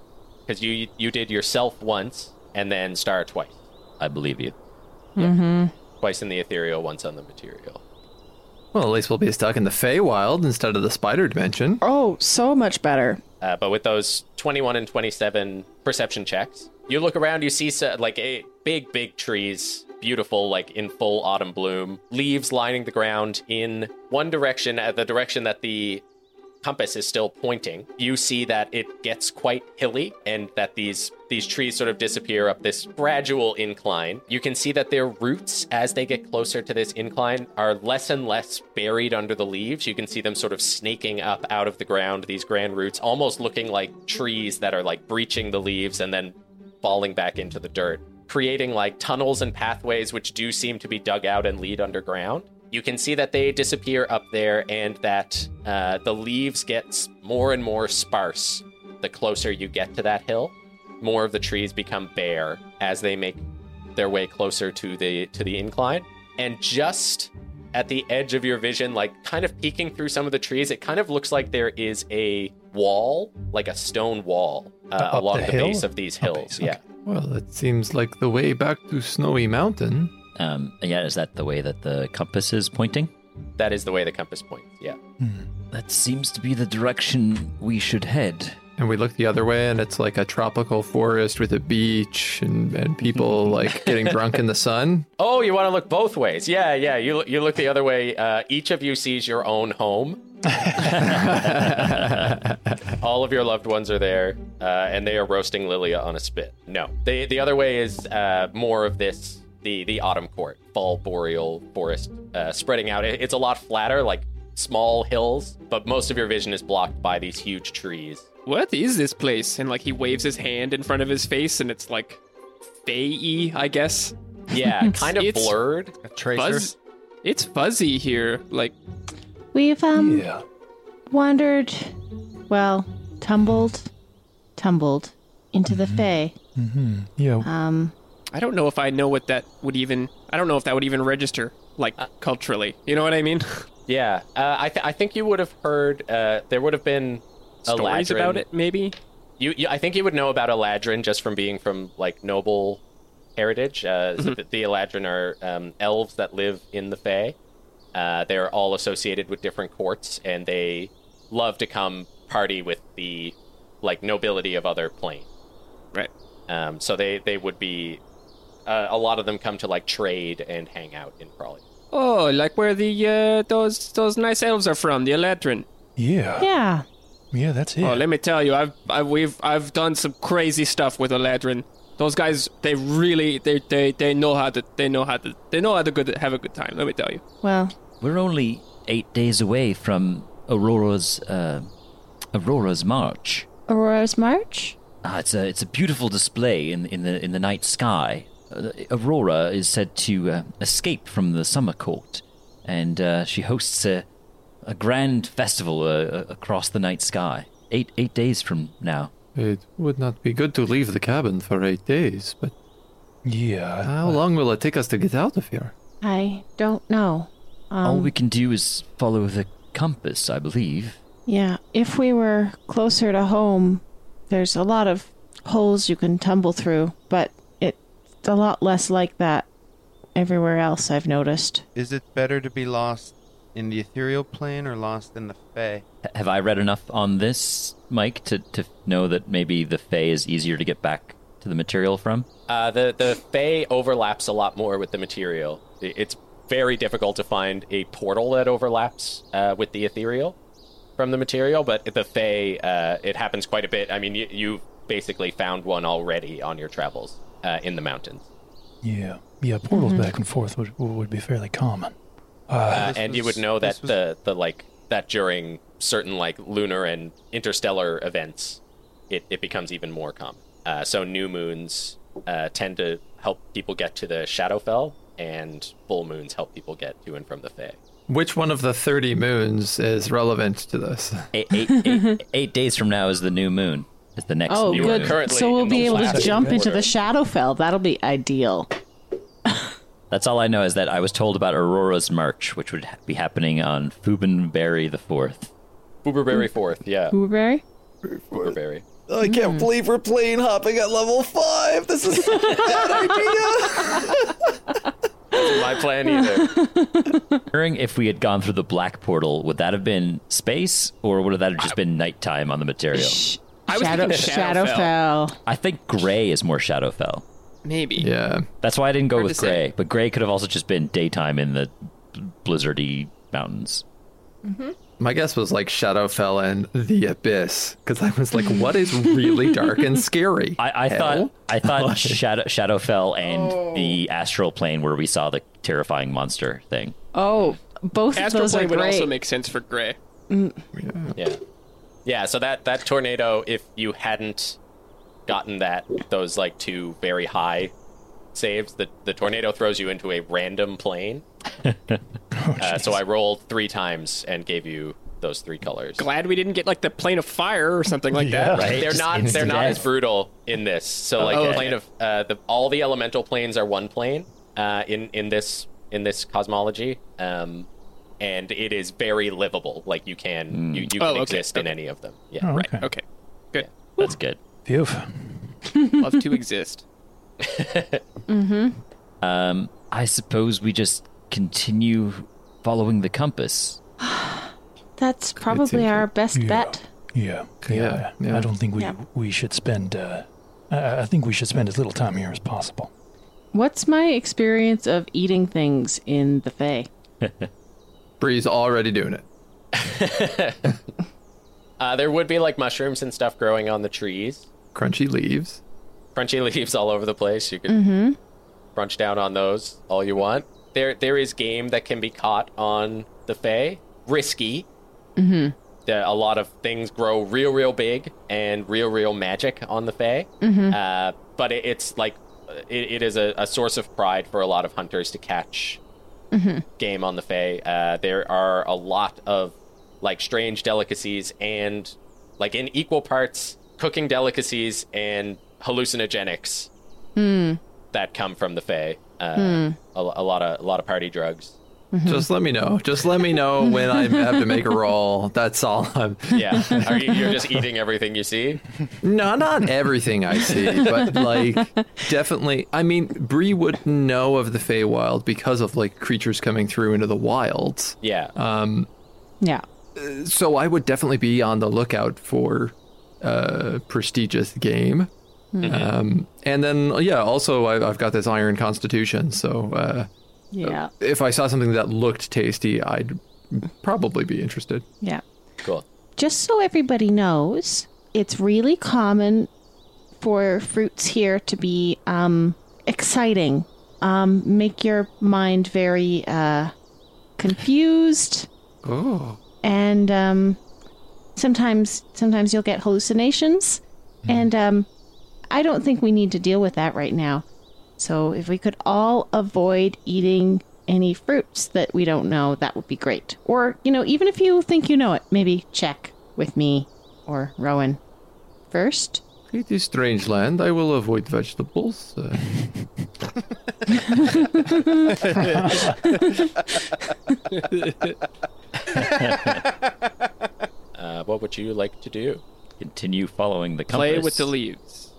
Speaker 2: Because you you did yourself once and then star twice,
Speaker 5: I believe you.
Speaker 2: Mm-hmm.
Speaker 5: Hmm.
Speaker 2: twice in the ethereal, once on the material.
Speaker 7: Well, at least we'll be stuck in the Feywild instead of the spider dimension.
Speaker 6: Oh, so much better.
Speaker 2: Uh, but with those 21 and 27 perception checks, you look around, you see so, like a, big, big trees, beautiful, like in full autumn bloom, leaves lining the ground in one direction, at the direction that the compass is still pointing. You see that it gets quite hilly and that these these trees sort of disappear up this gradual incline. You can see that their roots as they get closer to this incline are less and less buried under the leaves. You can see them sort of snaking up out of the ground, these grand roots almost looking like trees that are like breaching the leaves and then falling back into the dirt, creating like tunnels and pathways which do seem to be dug out and lead underground. You can see that they disappear up there and that uh, the leaves get s- more and more sparse the closer you get to that hill. More of the trees become bare as they make their way closer to the to the incline. And just at the edge of your vision, like kind of peeking through some of the trees, it kind of looks like there is a wall, like a stone wall, uh,
Speaker 1: Up the
Speaker 2: along the,
Speaker 1: hill?
Speaker 2: base of these
Speaker 1: Up
Speaker 2: hills.
Speaker 1: base,
Speaker 2: yeah.
Speaker 7: Well, it seems like the way back to Snowy Mountain.
Speaker 5: Um, yeah, is that the way that the compass is pointing?
Speaker 2: That is the way the compass points. Yeah.
Speaker 5: That seems to be the direction we should head.
Speaker 7: And we look the other way, and it's like a tropical forest with a beach and, and people like getting drunk in the sun.
Speaker 2: Oh, you want to look both ways? Yeah, yeah. You you look the other way. Uh, each of you sees your own home. All of your loved ones are there, uh, and they are roasting Lilia on a spit. No, the the other way is uh, more of this the the autumn court, fall boreal forest uh, spreading out. It- it's a lot flatter, like small hills, but most of your vision is blocked by these huge trees.
Speaker 4: What is this place? And like he waves his hand in front of his face, and it's like fey I guess.
Speaker 2: Yeah, kind of
Speaker 4: It's-
Speaker 2: blurred.
Speaker 3: Tracer.
Speaker 4: Fuzz. It's fuzzy here. Like
Speaker 9: We've um
Speaker 1: Yeah.
Speaker 9: wandered, well, tumbled, tumbled into the Fae.
Speaker 1: Mm-hmm. Yeah.
Speaker 9: Um,
Speaker 4: I don't know if I know what that would even. I don't know if that would even register like
Speaker 2: Uh.
Speaker 4: culturally. You know what I mean?
Speaker 2: Yeah, uh, I th- I think you would have heard. Uh, there would have been a
Speaker 4: Stories
Speaker 2: ladrin-
Speaker 4: about it, maybe.
Speaker 2: You, you, I think you would know about Eladrin just from being from like noble heritage. Uh,
Speaker 4: Mm-hmm.
Speaker 2: so the, the Eladrin are um, elves that live in the Fae. Uh, they're all associated with different courts, and they love to come party with the like nobility of other planes.
Speaker 4: Right.
Speaker 2: Um, so they they would be uh, a lot of them come to like trade and hang out in Crawley.
Speaker 4: Oh, like where the uh, those those nice elves are from, the Eladrin.
Speaker 1: Yeah. Yeah.
Speaker 9: yeah.
Speaker 1: that's it.
Speaker 4: Oh, let me tell you, I've I, we've I've done some crazy stuff with Eladrin. Those guys, they really they, they they know how to they know how to they know how to good have a good time. Let me tell you.
Speaker 9: Well,
Speaker 5: We're only eight days away from Aurora's uh, Aurora's march.
Speaker 9: Aurora's March.
Speaker 5: Ah, it's a it's a beautiful display in in the in the night sky. Uh, Aurora is said to uh, escape from the summer court, and uh, she hosts a a grand festival uh, uh, across the night sky. Eight eight days from now.
Speaker 7: It would not be good to leave the cabin for eight days, but
Speaker 1: yeah.
Speaker 7: how long will it take us to get out of here?
Speaker 9: I don't know. Um,
Speaker 5: All we can do is follow the compass, I believe.
Speaker 9: Yeah, if we were closer to home, there's a lot of holes you can tumble through, but it's a lot less like that everywhere else I've noticed.
Speaker 8: Is it better to be lost in the ethereal plane or lost in the Fae?
Speaker 5: H- Have I read enough on this, Mike, to, to know that maybe the Fae is easier to get back to the material from?
Speaker 2: Uh, the the Fae overlaps a lot more with the material. I- It's very difficult to find a portal that overlaps uh, with the ethereal from the material, but the Fae uh, it happens quite a bit. I mean, you, you basically found one already on your travels uh, in the mountains,
Speaker 1: Yeah. Yeah. Portals
Speaker 9: Mm-hmm.
Speaker 1: back and forth would, would be fairly common.
Speaker 2: uh,
Speaker 8: This
Speaker 2: and you
Speaker 8: was-
Speaker 2: would know that
Speaker 8: this was-
Speaker 2: the the like that during certain like lunar and interstellar events, it it becomes even more common. Uh, so new moons uh, tend to help people get to the Shadowfell. And full moons help people get to and from the Fae.
Speaker 7: Which one of the 30 moons is relevant to this?
Speaker 5: Eight, eight, eight, eight days from now is the new moon. Is the next
Speaker 9: Oh,
Speaker 5: new
Speaker 2: you are
Speaker 9: good.
Speaker 5: moon.
Speaker 2: currently
Speaker 9: So we'll
Speaker 2: in the
Speaker 9: be able to
Speaker 2: last
Speaker 9: jump
Speaker 2: quarter.
Speaker 9: into the Shadowfell. That'll be ideal.
Speaker 5: That's all I know is that I was told about Aurora's March, which would ha- be happening on Fubenberry the Fourth.
Speaker 2: Uberberry fourth, yeah.
Speaker 9: Blueberry?
Speaker 2: Uberberry.
Speaker 3: I can't believe we're plane hopping at level five. This is a bad idea.
Speaker 2: My plan either.
Speaker 5: Wondering if we had gone through the black portal, would that have been space, or would that have just been nighttime on the material?
Speaker 9: Sh-
Speaker 4: I was
Speaker 9: Shadow-
Speaker 4: thinking Shadowfell.
Speaker 9: Shadowfell.
Speaker 5: I think gray is more Shadowfell.
Speaker 4: Maybe.
Speaker 7: Yeah.
Speaker 5: That's why I didn't go
Speaker 4: Hard
Speaker 5: with
Speaker 4: to say.
Speaker 5: gray. But gray could have also just been daytime in the blizzardy mountains.
Speaker 6: Mm-hmm.
Speaker 7: My guess was like Shadowfell and the Abyss, because I was like, what is really dark and scary?
Speaker 5: I, I thought I thought Shadow, Shadowfell and the astral plane where we saw the terrifying monster thing.
Speaker 6: Oh, both of
Speaker 4: Astral
Speaker 6: those are
Speaker 4: Plane would
Speaker 6: great. Mm.
Speaker 4: also make sense for Gray.
Speaker 2: Yeah. Yeah, so that that tornado if you hadn't gotten that those like two very high saves, the the tornado throws you into a random plane. uh, so I rolled 3 times and gave you those three colors.
Speaker 4: Glad we didn't get like the plane of fire or something like
Speaker 10: Yeah.
Speaker 4: that.
Speaker 5: Right?
Speaker 2: They're
Speaker 5: Just
Speaker 2: not they're
Speaker 5: instant
Speaker 2: not
Speaker 5: death. Oh,
Speaker 2: as brutal in this. So like the
Speaker 5: okay.
Speaker 2: plane of uh, the all the elemental planes are one plane uh, in in this in this cosmology. Um and it is very livable. Like you
Speaker 5: Hmm.
Speaker 2: can you, you can
Speaker 4: Oh, okay,
Speaker 2: exist in
Speaker 4: okay.
Speaker 2: any of them. Yeah.
Speaker 1: Oh,
Speaker 2: right.
Speaker 1: okay.
Speaker 4: Okay. Good.
Speaker 5: That's good.
Speaker 1: Beautiful.
Speaker 4: Love to exist.
Speaker 5: Um, I suppose we just continue following the compass.
Speaker 9: That's probably our best
Speaker 1: Yeah.
Speaker 9: bet.
Speaker 1: Yeah, yeah.
Speaker 7: Yeah, yeah.
Speaker 1: I don't think we
Speaker 9: Yeah.
Speaker 1: we should spend. Uh, I, I think we should spend as little time here as possible.
Speaker 6: What's my experience of eating things in the Fae?
Speaker 7: Bree's already doing it.
Speaker 2: Uh, there would be like mushrooms and stuff growing on the trees.
Speaker 7: Crunchy leaves.
Speaker 2: Crunchy leaves all over the place. You can crunch down on those all you want. There, there is game that can be caught on the Fey. Risky. Mm-hmm. There, a lot of things grow real, real big and real, real magic on the Fey. Uh, but it, it's like it, it is a, a source of pride for a lot of hunters to catch game on the Fey. Uh, there are a lot of like strange delicacies and like in equal parts cooking delicacies and hallucinogenics that come from the Fey. Uh, a, a lot of a lot of party drugs.
Speaker 7: Just let me know. Just let me know when I have to make a roll. That's all. I'm...
Speaker 2: Yeah, are you, you're just eating everything you see.
Speaker 7: No, not everything I see, but like definitely. I mean, Bree would know of the Feywild because of like creatures coming through into the wilds. Um, uh,
Speaker 2: Yeah,
Speaker 6: Yeah.
Speaker 7: so I would definitely be on the lookout for uh, prestigious game.
Speaker 2: Mm-hmm.
Speaker 7: Um, and then, yeah, also I, I've got this iron constitution, so uh,
Speaker 6: Yeah.
Speaker 7: if I saw something that looked tasty, I'd probably be interested.
Speaker 9: Yeah.
Speaker 2: cool.
Speaker 9: Just so everybody knows, it's really common for fruits here to be um, exciting. Um, make your mind very uh, confused.
Speaker 7: Oh,
Speaker 9: And um, sometimes, sometimes you'll get hallucinations. And um, I don't think we need to deal with that right now. So if we could all avoid eating any fruits that we don't know, that would be great. Or, you know, even if you think you know it, maybe check with me or Rowan first.
Speaker 7: It is strange land. I will avoid vegetables. Uh,
Speaker 2: Uh, what would you like to do?
Speaker 5: Continue following the compass.
Speaker 4: Play with the leaves.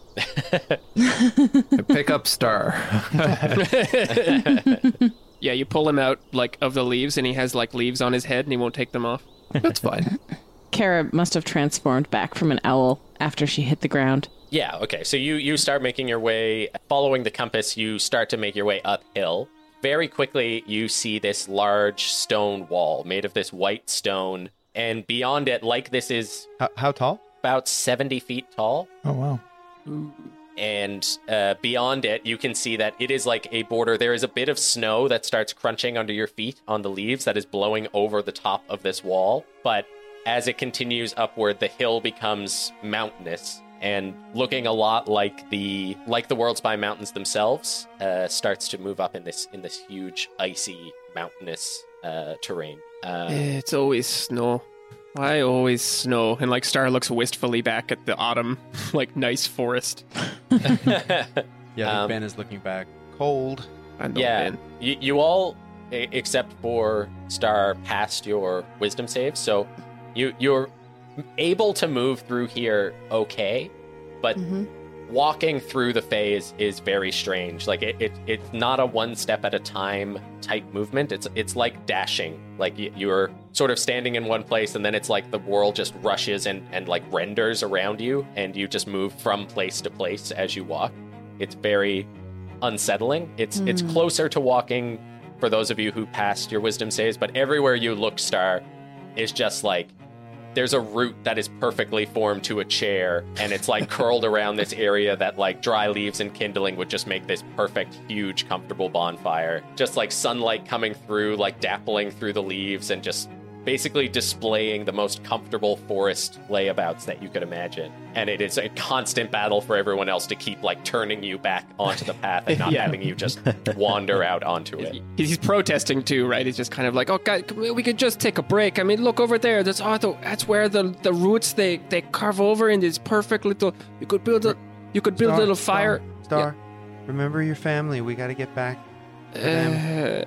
Speaker 7: pick up star.
Speaker 4: Yeah, you pull him out like of the leaves, and he has like leaves on his head, and he won't take them off.
Speaker 7: That's fine.
Speaker 6: Kara must have transformed back from an owl after she hit the ground.
Speaker 2: Yeah, okay. So you you start making your way following the compass, you start to make your way uphill. Very quickly you see this large stone wall made of this white stone and beyond it like this is
Speaker 3: How, how tall?
Speaker 2: about 70 feet tall
Speaker 10: Oh wow.
Speaker 2: and uh, beyond it you can see that it is like a border there is a bit of snow that starts crunching under your feet on the leaves that is blowing over the top of this wall but as it continues upward the hill becomes mountainous and looking a lot like the like the world's by mountains themselves uh, starts to move up in this in this huge icy mountainous uh, terrain uh,
Speaker 4: Eh, It's always snow. Why always snow? And like Star looks wistfully back at the autumn, like nice forest.
Speaker 3: Yeah, I think
Speaker 2: Um,
Speaker 3: Ben is looking back. Cold.
Speaker 4: I know,
Speaker 2: yeah
Speaker 4: man.
Speaker 2: you, you all e- except for star passed your wisdom save so you you're able to move through here okay but walking through the phase is very strange like it, it it's not a one step at a time type movement it's it's like dashing like y- you're sort of standing in one place and then it's like the world just rushes and and like renders around you and you just move from place to place as you walk it's very unsettling. It's it's closer to walking for those of you who passed your wisdom saves, but everywhere you look, Star, is just like there's a root that is perfectly formed to a chair, and it's like curled around this area that like dry leaves and kindling would just make this perfect, huge, comfortable bonfire. Just like sunlight coming through, like dappling through the leaves, and just basically displaying the most comfortable forest layabouts that you could imagine. And it is a constant battle for everyone else to keep like turning you back onto the path and not
Speaker 4: Yeah.
Speaker 2: having you just wander out onto it.
Speaker 4: He's, he's protesting too, right? He's just kind of like, "Oh, God, we could just take a break. I mean, look over there. That's oh, the, that's where the, the roots they, they carve over in this perfect little. You could build a you could build a
Speaker 8: Star,
Speaker 4: little fire.
Speaker 8: Star, remember your family. We got to get back.
Speaker 4: Uh,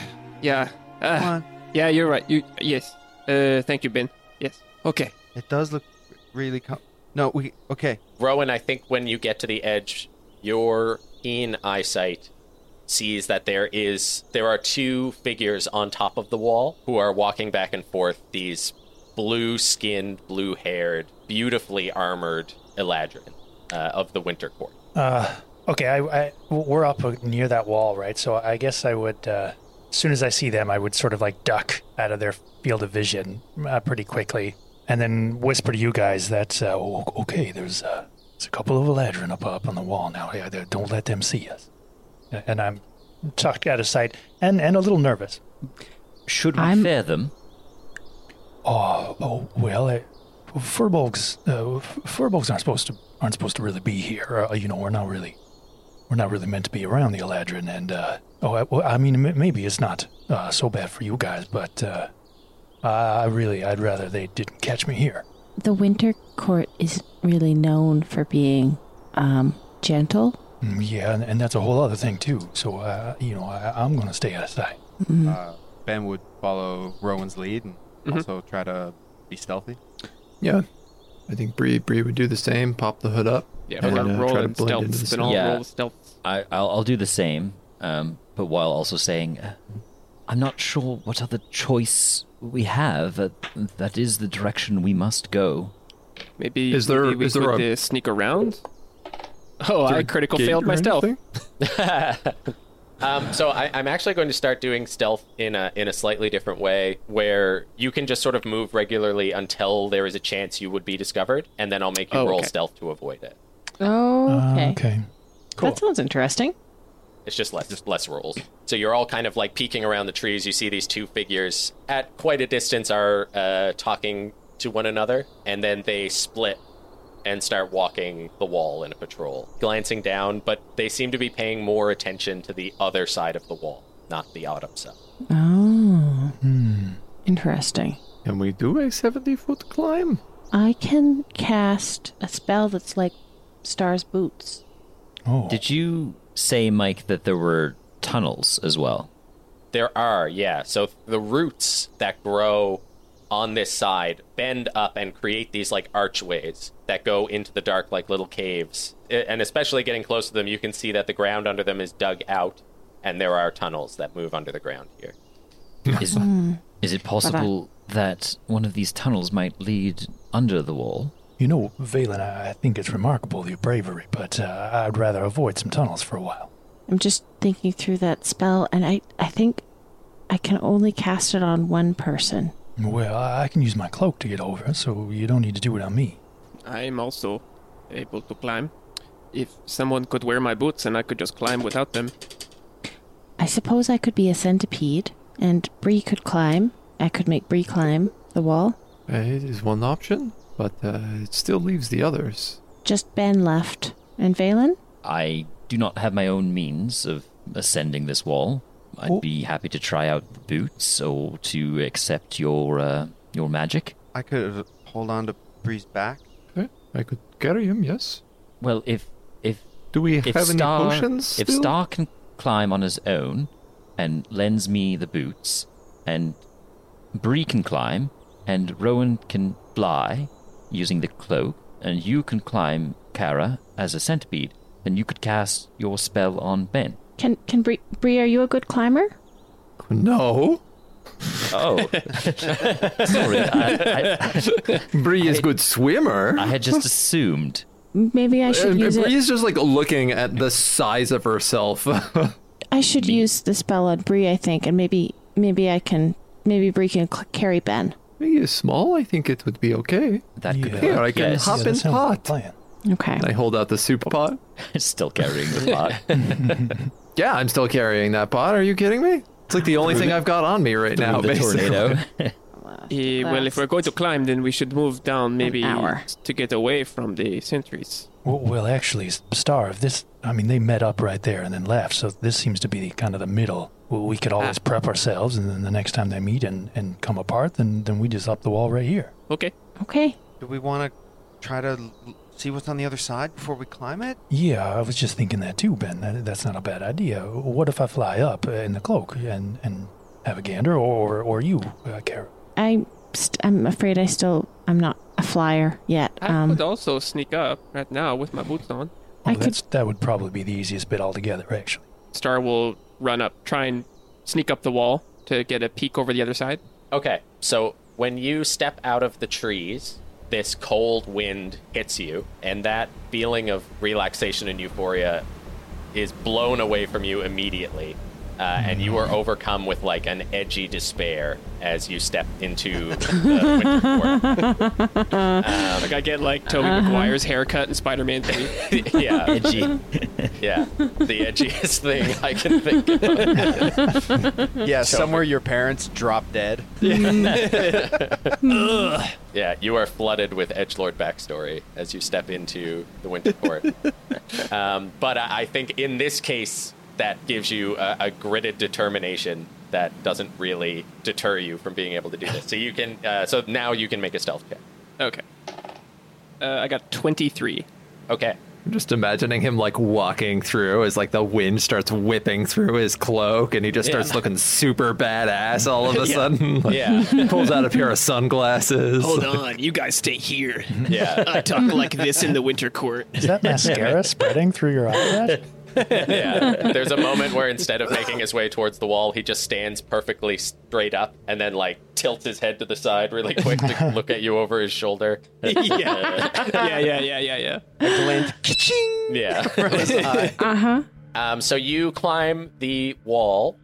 Speaker 4: yeah, Uh,
Speaker 8: Come on.
Speaker 4: yeah, you're right. You yes. Uh, thank you, Ben. Yes. Oh, Okay.
Speaker 8: It does look really. Com- no, we okay.
Speaker 2: Rowan, I think when you get to the edge, your keen eyesight sees that there is there are two figures on top of the wall who are walking back and forth. These blue-skinned, blue-haired, beautifully armored Eladrin uh, of the Winter Court.
Speaker 10: Uh, okay, I, I- we're up near that wall, right? So I guess I would, uh, as soon as I see them, I would sort of like duck out of their field of vision uh, pretty quickly, and then whisper to you guys that uh, o- okay, there's, uh, there's a couple of Eladrin up up on the wall now. Yeah, they- don't let them see us. And I'm tucked out of sight and and a little nervous.
Speaker 5: Should we
Speaker 9: I'm-
Speaker 5: fear them?
Speaker 1: Oh, oh well, uh, furbolgs, uh, f- furbolgs aren't supposed to aren't supposed to really be here. Uh, you know, we're not really we're not really meant to be around the Eladrin. And uh, oh, I, well, I mean, m- maybe it's not uh, so bad for you guys, but uh, I really I'd rather they didn't catch me here.
Speaker 9: The Winter Court isn't really known for being um, gentle.
Speaker 1: Mm, Yeah, and, and that's a whole other thing too. So uh, you know, I, I'm gonna stay out of sight.
Speaker 3: Uh, ben would follow Rowan's lead and
Speaker 2: Mm-hmm.
Speaker 3: also try to be stealthy.
Speaker 7: Yeah. I think Bree Bree would do the same. Pop the hood up.
Speaker 4: Yeah, we're
Speaker 7: and, uh, try
Speaker 4: not
Speaker 7: to
Speaker 4: rolling
Speaker 7: blend into
Speaker 4: stealths
Speaker 7: the
Speaker 4: and all
Speaker 5: Yeah.
Speaker 4: roll stealths.
Speaker 5: I, I'll, I'll do the same, um, but while also saying, uh, I'm not sure what other choice we have. Uh, that is the direction we must go.
Speaker 4: Maybe
Speaker 7: Is there-
Speaker 4: maybe we
Speaker 7: is there
Speaker 4: could
Speaker 7: a-
Speaker 4: uh, sneak around? Oh,
Speaker 7: Is there
Speaker 4: I
Speaker 7: a
Speaker 4: critical
Speaker 7: gate
Speaker 4: failed
Speaker 7: or
Speaker 4: my stealth.
Speaker 7: anything?
Speaker 2: Um, so I, I'm actually going to start doing stealth in a in a slightly different way, where you can just sort of move regularly until there is a chance you would be discovered, and then I'll make you
Speaker 4: Oh,
Speaker 2: roll
Speaker 4: okay.
Speaker 2: stealth to avoid it.
Speaker 6: Oh,
Speaker 7: Ah,
Speaker 6: okay.
Speaker 1: okay.
Speaker 6: That sounds interesting.
Speaker 2: It's just less less rolls. So you're all kind of like peeking around the trees. You see these two figures at quite a distance are uh, talking to one another, and then they split and start walking the wall in a patrol, glancing down. But they seem to be paying more attention to the other side of the wall, not the autumn side.
Speaker 9: Oh. Interesting.
Speaker 7: Hmm. Can we do a 70 foot climb?
Speaker 9: I can cast a spell that's like Star's Boots.
Speaker 1: Oh,
Speaker 5: Did you say, Mike, that there were tunnels as well?
Speaker 2: There are, yeah. So the roots that grow on this side bend up and create these like archways that go into the dark like little caves. I- And especially getting close to them, you can see that the ground under them is dug out and there are tunnels that move under the ground here.
Speaker 5: Is, is it possible that one of these tunnels might lead under the wall?
Speaker 1: you know, Valen, I, I think it's remarkable your bravery, but uh, I'd rather avoid some tunnels for a while.
Speaker 9: I'm just thinking through that spell, and I, I think I can only cast it on one person.
Speaker 1: Well, I I can use my cloak to get over, so you don't need to do it on me.
Speaker 4: I'm also able to climb. If someone could wear my boots and I could just climb without them.
Speaker 9: I suppose I could be a centipede, and Bree could climb. I could make Bree climb the wall.
Speaker 7: Uh, it is one option, but uh, it still leaves the others.
Speaker 9: Just Ben left. And Valen?
Speaker 5: I do not have my own means of ascending this wall. I'd
Speaker 1: Oh.
Speaker 5: be happy to try out the boots or to accept your uh, your magic.
Speaker 8: I could have hold on to Bree's back.
Speaker 7: Okay. I could carry him, yes.
Speaker 5: Well, if if
Speaker 7: Do we
Speaker 5: if
Speaker 7: have
Speaker 5: Star
Speaker 7: any potions?
Speaker 5: if
Speaker 7: still?
Speaker 5: Star can climb on his own and lends me the boots, and Bree can climb, and Rowan can fly using the cloak, and you can climb Kara as a centipede, then you could cast your spell on Ben.
Speaker 9: Can can Bree, Bree are you a good climber?
Speaker 7: No.
Speaker 5: Oh, sorry. I, I,
Speaker 7: Bree is good swimmer.
Speaker 5: I had just assumed
Speaker 9: Maybe I should
Speaker 7: And-
Speaker 9: use
Speaker 7: and
Speaker 9: it.
Speaker 7: Uh, Bree's just like looking at the size of herself.
Speaker 9: I should use the spell on Bree, I think, and maybe maybe I can maybe Bree can cl- carry Ben.
Speaker 7: Being is small, I think it would be okay.
Speaker 5: That could be.
Speaker 7: Here, I can
Speaker 5: yes.
Speaker 7: hop
Speaker 1: Yeah,
Speaker 7: in
Speaker 1: that sounds like a
Speaker 7: pot.
Speaker 1: plan.
Speaker 9: Okay.
Speaker 7: I hold out the soup pot.
Speaker 5: Still carrying the pot.
Speaker 7: Yeah, I'm still carrying that pot. Are you kidding me? It's like the only thing I've got on me right now.
Speaker 5: the
Speaker 7: basically.
Speaker 5: tornado.
Speaker 4: Eh, well, if
Speaker 9: That's-
Speaker 4: we're going to climb, then we should move down maybe
Speaker 9: hour.
Speaker 4: to get away from the sentries.
Speaker 1: Well, well, actually, Star, if this, I mean, they met up right there and then left, so this seems to be the, kind of the middle. Well, we could
Speaker 5: Ah.
Speaker 1: always prep ourselves, and then the next time they meet and, and come apart, then, then we just up the wall right here.
Speaker 4: Okay.
Speaker 9: Okay.
Speaker 8: Do we want to try to l- see what's on the other side before we climb it?
Speaker 1: Yeah, I was just thinking that too, Ben. That, that's not a bad idea. What if I fly up uh, in the cloak and, and have a gander, or, or, you, uh, Kara?
Speaker 9: I st- I'm afraid I still I'm not a flyer yet.
Speaker 4: I
Speaker 9: um
Speaker 4: could also sneak up right now with my boots on.
Speaker 9: I
Speaker 1: Oh,
Speaker 9: could-
Speaker 1: that's, That would probably be the easiest bit altogether, actually.
Speaker 4: Star will run up, try and sneak up the wall to get a peek over the other side.
Speaker 2: Okay, so when you step out of the trees, this cold wind hits you, and that feeling of relaxation and euphoria is blown away from you immediately. Uh, and you are overcome with like an edgy despair as you step into
Speaker 7: Uh,
Speaker 2: the winter court.
Speaker 4: Like I get like Toby McGuire's haircut in Spider-Man 3.
Speaker 2: yeah, edgy. yeah, the edgiest thing I can think of.
Speaker 3: Yeah, somewhere your parents drop dead.
Speaker 2: Mm. Yeah, you are flooded with Edgelord backstory as you step into the Winter Court. um, but I, I think in this case, that gives you a, a gritted determination that doesn't really deter you from being able to do this. So you can, uh, so now you can make a stealth check.
Speaker 4: Okay. Uh, I got 23.
Speaker 2: Okay.
Speaker 7: I'm just imagining him like walking through as like the wind starts whipping through his cloak and he just
Speaker 2: Yeah.
Speaker 7: starts looking super badass all of a
Speaker 2: Yeah.
Speaker 7: sudden. Like,
Speaker 2: Yeah.
Speaker 7: Pulls out a pair of sunglasses.
Speaker 4: on, you guys stay here.
Speaker 2: Yeah.
Speaker 4: talk like this in the winter court.
Speaker 1: Is that mascara spreading through your eyelash?
Speaker 2: Yeah. There's a moment where instead of making his way towards the wall, he just stands perfectly straight up and then like tilts his head to the side really quick to look at you over his shoulder.
Speaker 4: yeah. yeah, yeah, yeah, yeah, yeah.
Speaker 2: Yeah.
Speaker 9: uh
Speaker 6: Uh-huh.
Speaker 9: huh.
Speaker 2: Um, so you climb the wall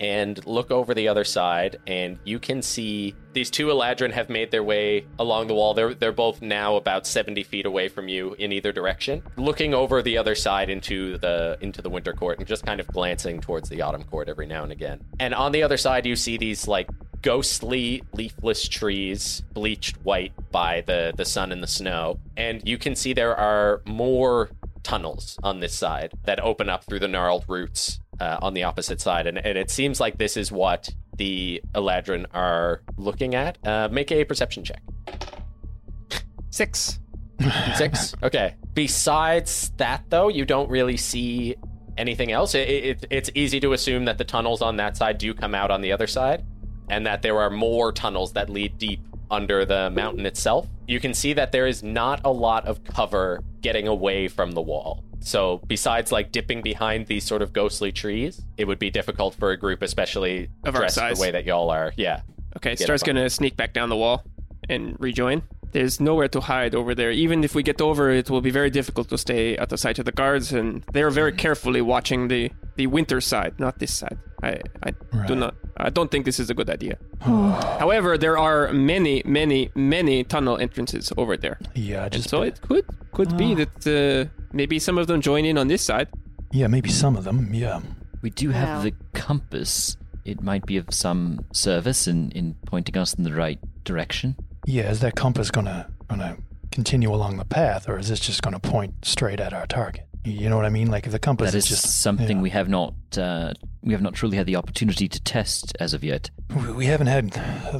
Speaker 2: and look over the other side, and you can see these two Eladrin have made their way along the wall. They're they're both now about seventy feet away from you in either direction, looking over the other side into the into the Winter Court and just kind of glancing towards the Autumn Court every now and again. And on the other side, you see these like ghostly leafless trees bleached white by the the sun and the snow and you can see there are more tunnels on this side that open up through the gnarled roots uh, on the opposite side and, and it seems like this is what the eladrin are looking at uh, make a perception check
Speaker 4: Six.
Speaker 2: Six. Okay. Besides that, though, you don't really see anything else. It, it, it's easy to assume that the tunnels on that side do come out on the other side, and that there are more tunnels that lead deep under the mountain itself. You can see that there is not a lot of cover getting away from the wall. So, besides like dipping behind these sort of ghostly trees, it would be difficult for a group, especially
Speaker 4: Of our
Speaker 2: dressed
Speaker 4: size.
Speaker 2: the way that y'all are. Yeah.
Speaker 4: Okay,
Speaker 2: Get
Speaker 4: Star's
Speaker 2: up on-
Speaker 4: gonna sneak back down the wall and rejoin. There's nowhere to hide over there. Even if we get over, it will be very difficult to stay at the side of the guards, and they are very carefully watching the the winter side, not this side. I I do not. I don't think this is a good idea.
Speaker 10: Oh.
Speaker 4: However, there are many, many, many tunnel entrances over there,
Speaker 1: Yeah, I just Ah.
Speaker 4: so it could could be that uh, maybe some of them join in on this side.
Speaker 1: yeah, maybe some of them. Yeah,
Speaker 5: We do have
Speaker 9: Wow.
Speaker 5: the compass. It might be of some service in, in pointing us in the right direction.
Speaker 1: yeah. Is that compass gonna gonna continue along the path, or is this just gonna point straight at our target? You know what I mean? Like if the compass
Speaker 5: that is
Speaker 1: just
Speaker 5: something
Speaker 1: yeah.
Speaker 5: we have not uh, we have not truly had the opportunity to test as of yet.
Speaker 1: We- We haven't had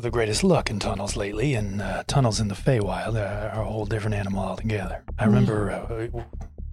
Speaker 1: the greatest luck in tunnels lately, and uh, tunnels in the Feywild are are a whole different animal altogether.
Speaker 5: Hmm.
Speaker 1: I remember uh, w-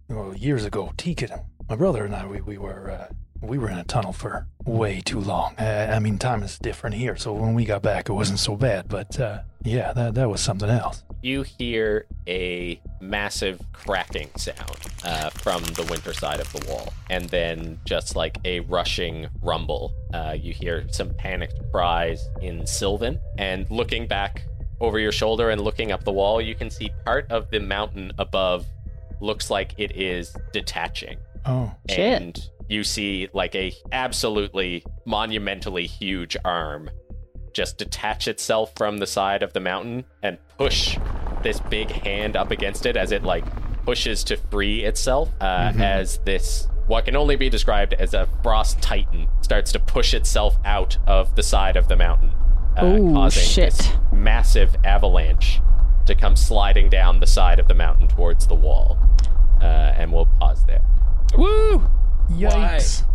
Speaker 1: well, years ago, Tika, my brother and I, we, we were uh, we were in a tunnel for way too long. Uh, I mean, time is different here, so when we got back, it wasn't so bad. But uh, yeah, that that was something else.
Speaker 2: you hear a massive cracking sound uh, from the winter side of the wall. And then, just like a rushing rumble, uh, you hear some panicked cries in Sylvan. And looking back over your shoulder and looking up the wall, you can see part of the mountain above looks like it is detaching.
Speaker 10: Oh,
Speaker 9: Shit.
Speaker 2: And you see like a absolutely monumentally huge arm just detach itself from the side of the mountain and push this big hand up against it as it like pushes to free itself uh,
Speaker 9: Mm-hmm.
Speaker 2: as this what can only be described as a frost titan starts to push itself out of the side of the mountain uh,
Speaker 9: Ooh,
Speaker 2: causing this
Speaker 9: shit.
Speaker 2: massive avalanche to come sliding down the side of the mountain towards the wall uh, and we'll pause there
Speaker 4: Woo!
Speaker 10: yikes!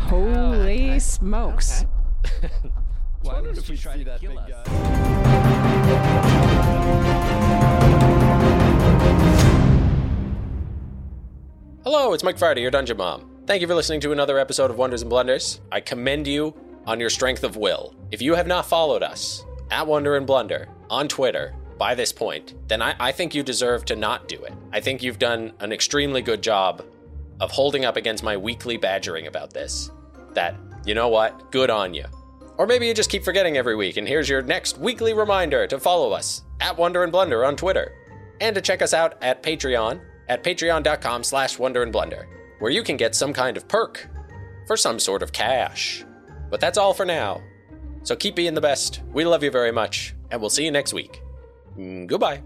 Speaker 6: Holy smokes.
Speaker 7: Why don't we see that big uh, guy?
Speaker 2: Hello, it's Mike Friday, your Dungeon Mom. Thank you for listening to another episode of Wonders and Blunders. I commend you on your strength of will. If you have not followed us at Wonder and Blunder on Twitter by this point, then I, I think you deserve to not do it. I think you've done an extremely good job of holding up against my weekly badgering about this. That, you know what, good on you. Or maybe you just keep forgetting every week, and here's your next weekly reminder to follow us at Wonder and Blunder on Twitter and to check us out at Patreon at patreon.com slash wonder and blunder, where you can get some kind of perk for some sort of cash. But that's all for now. So keep being the best. We love you very much, and we'll see you next week. Mm, Goodbye.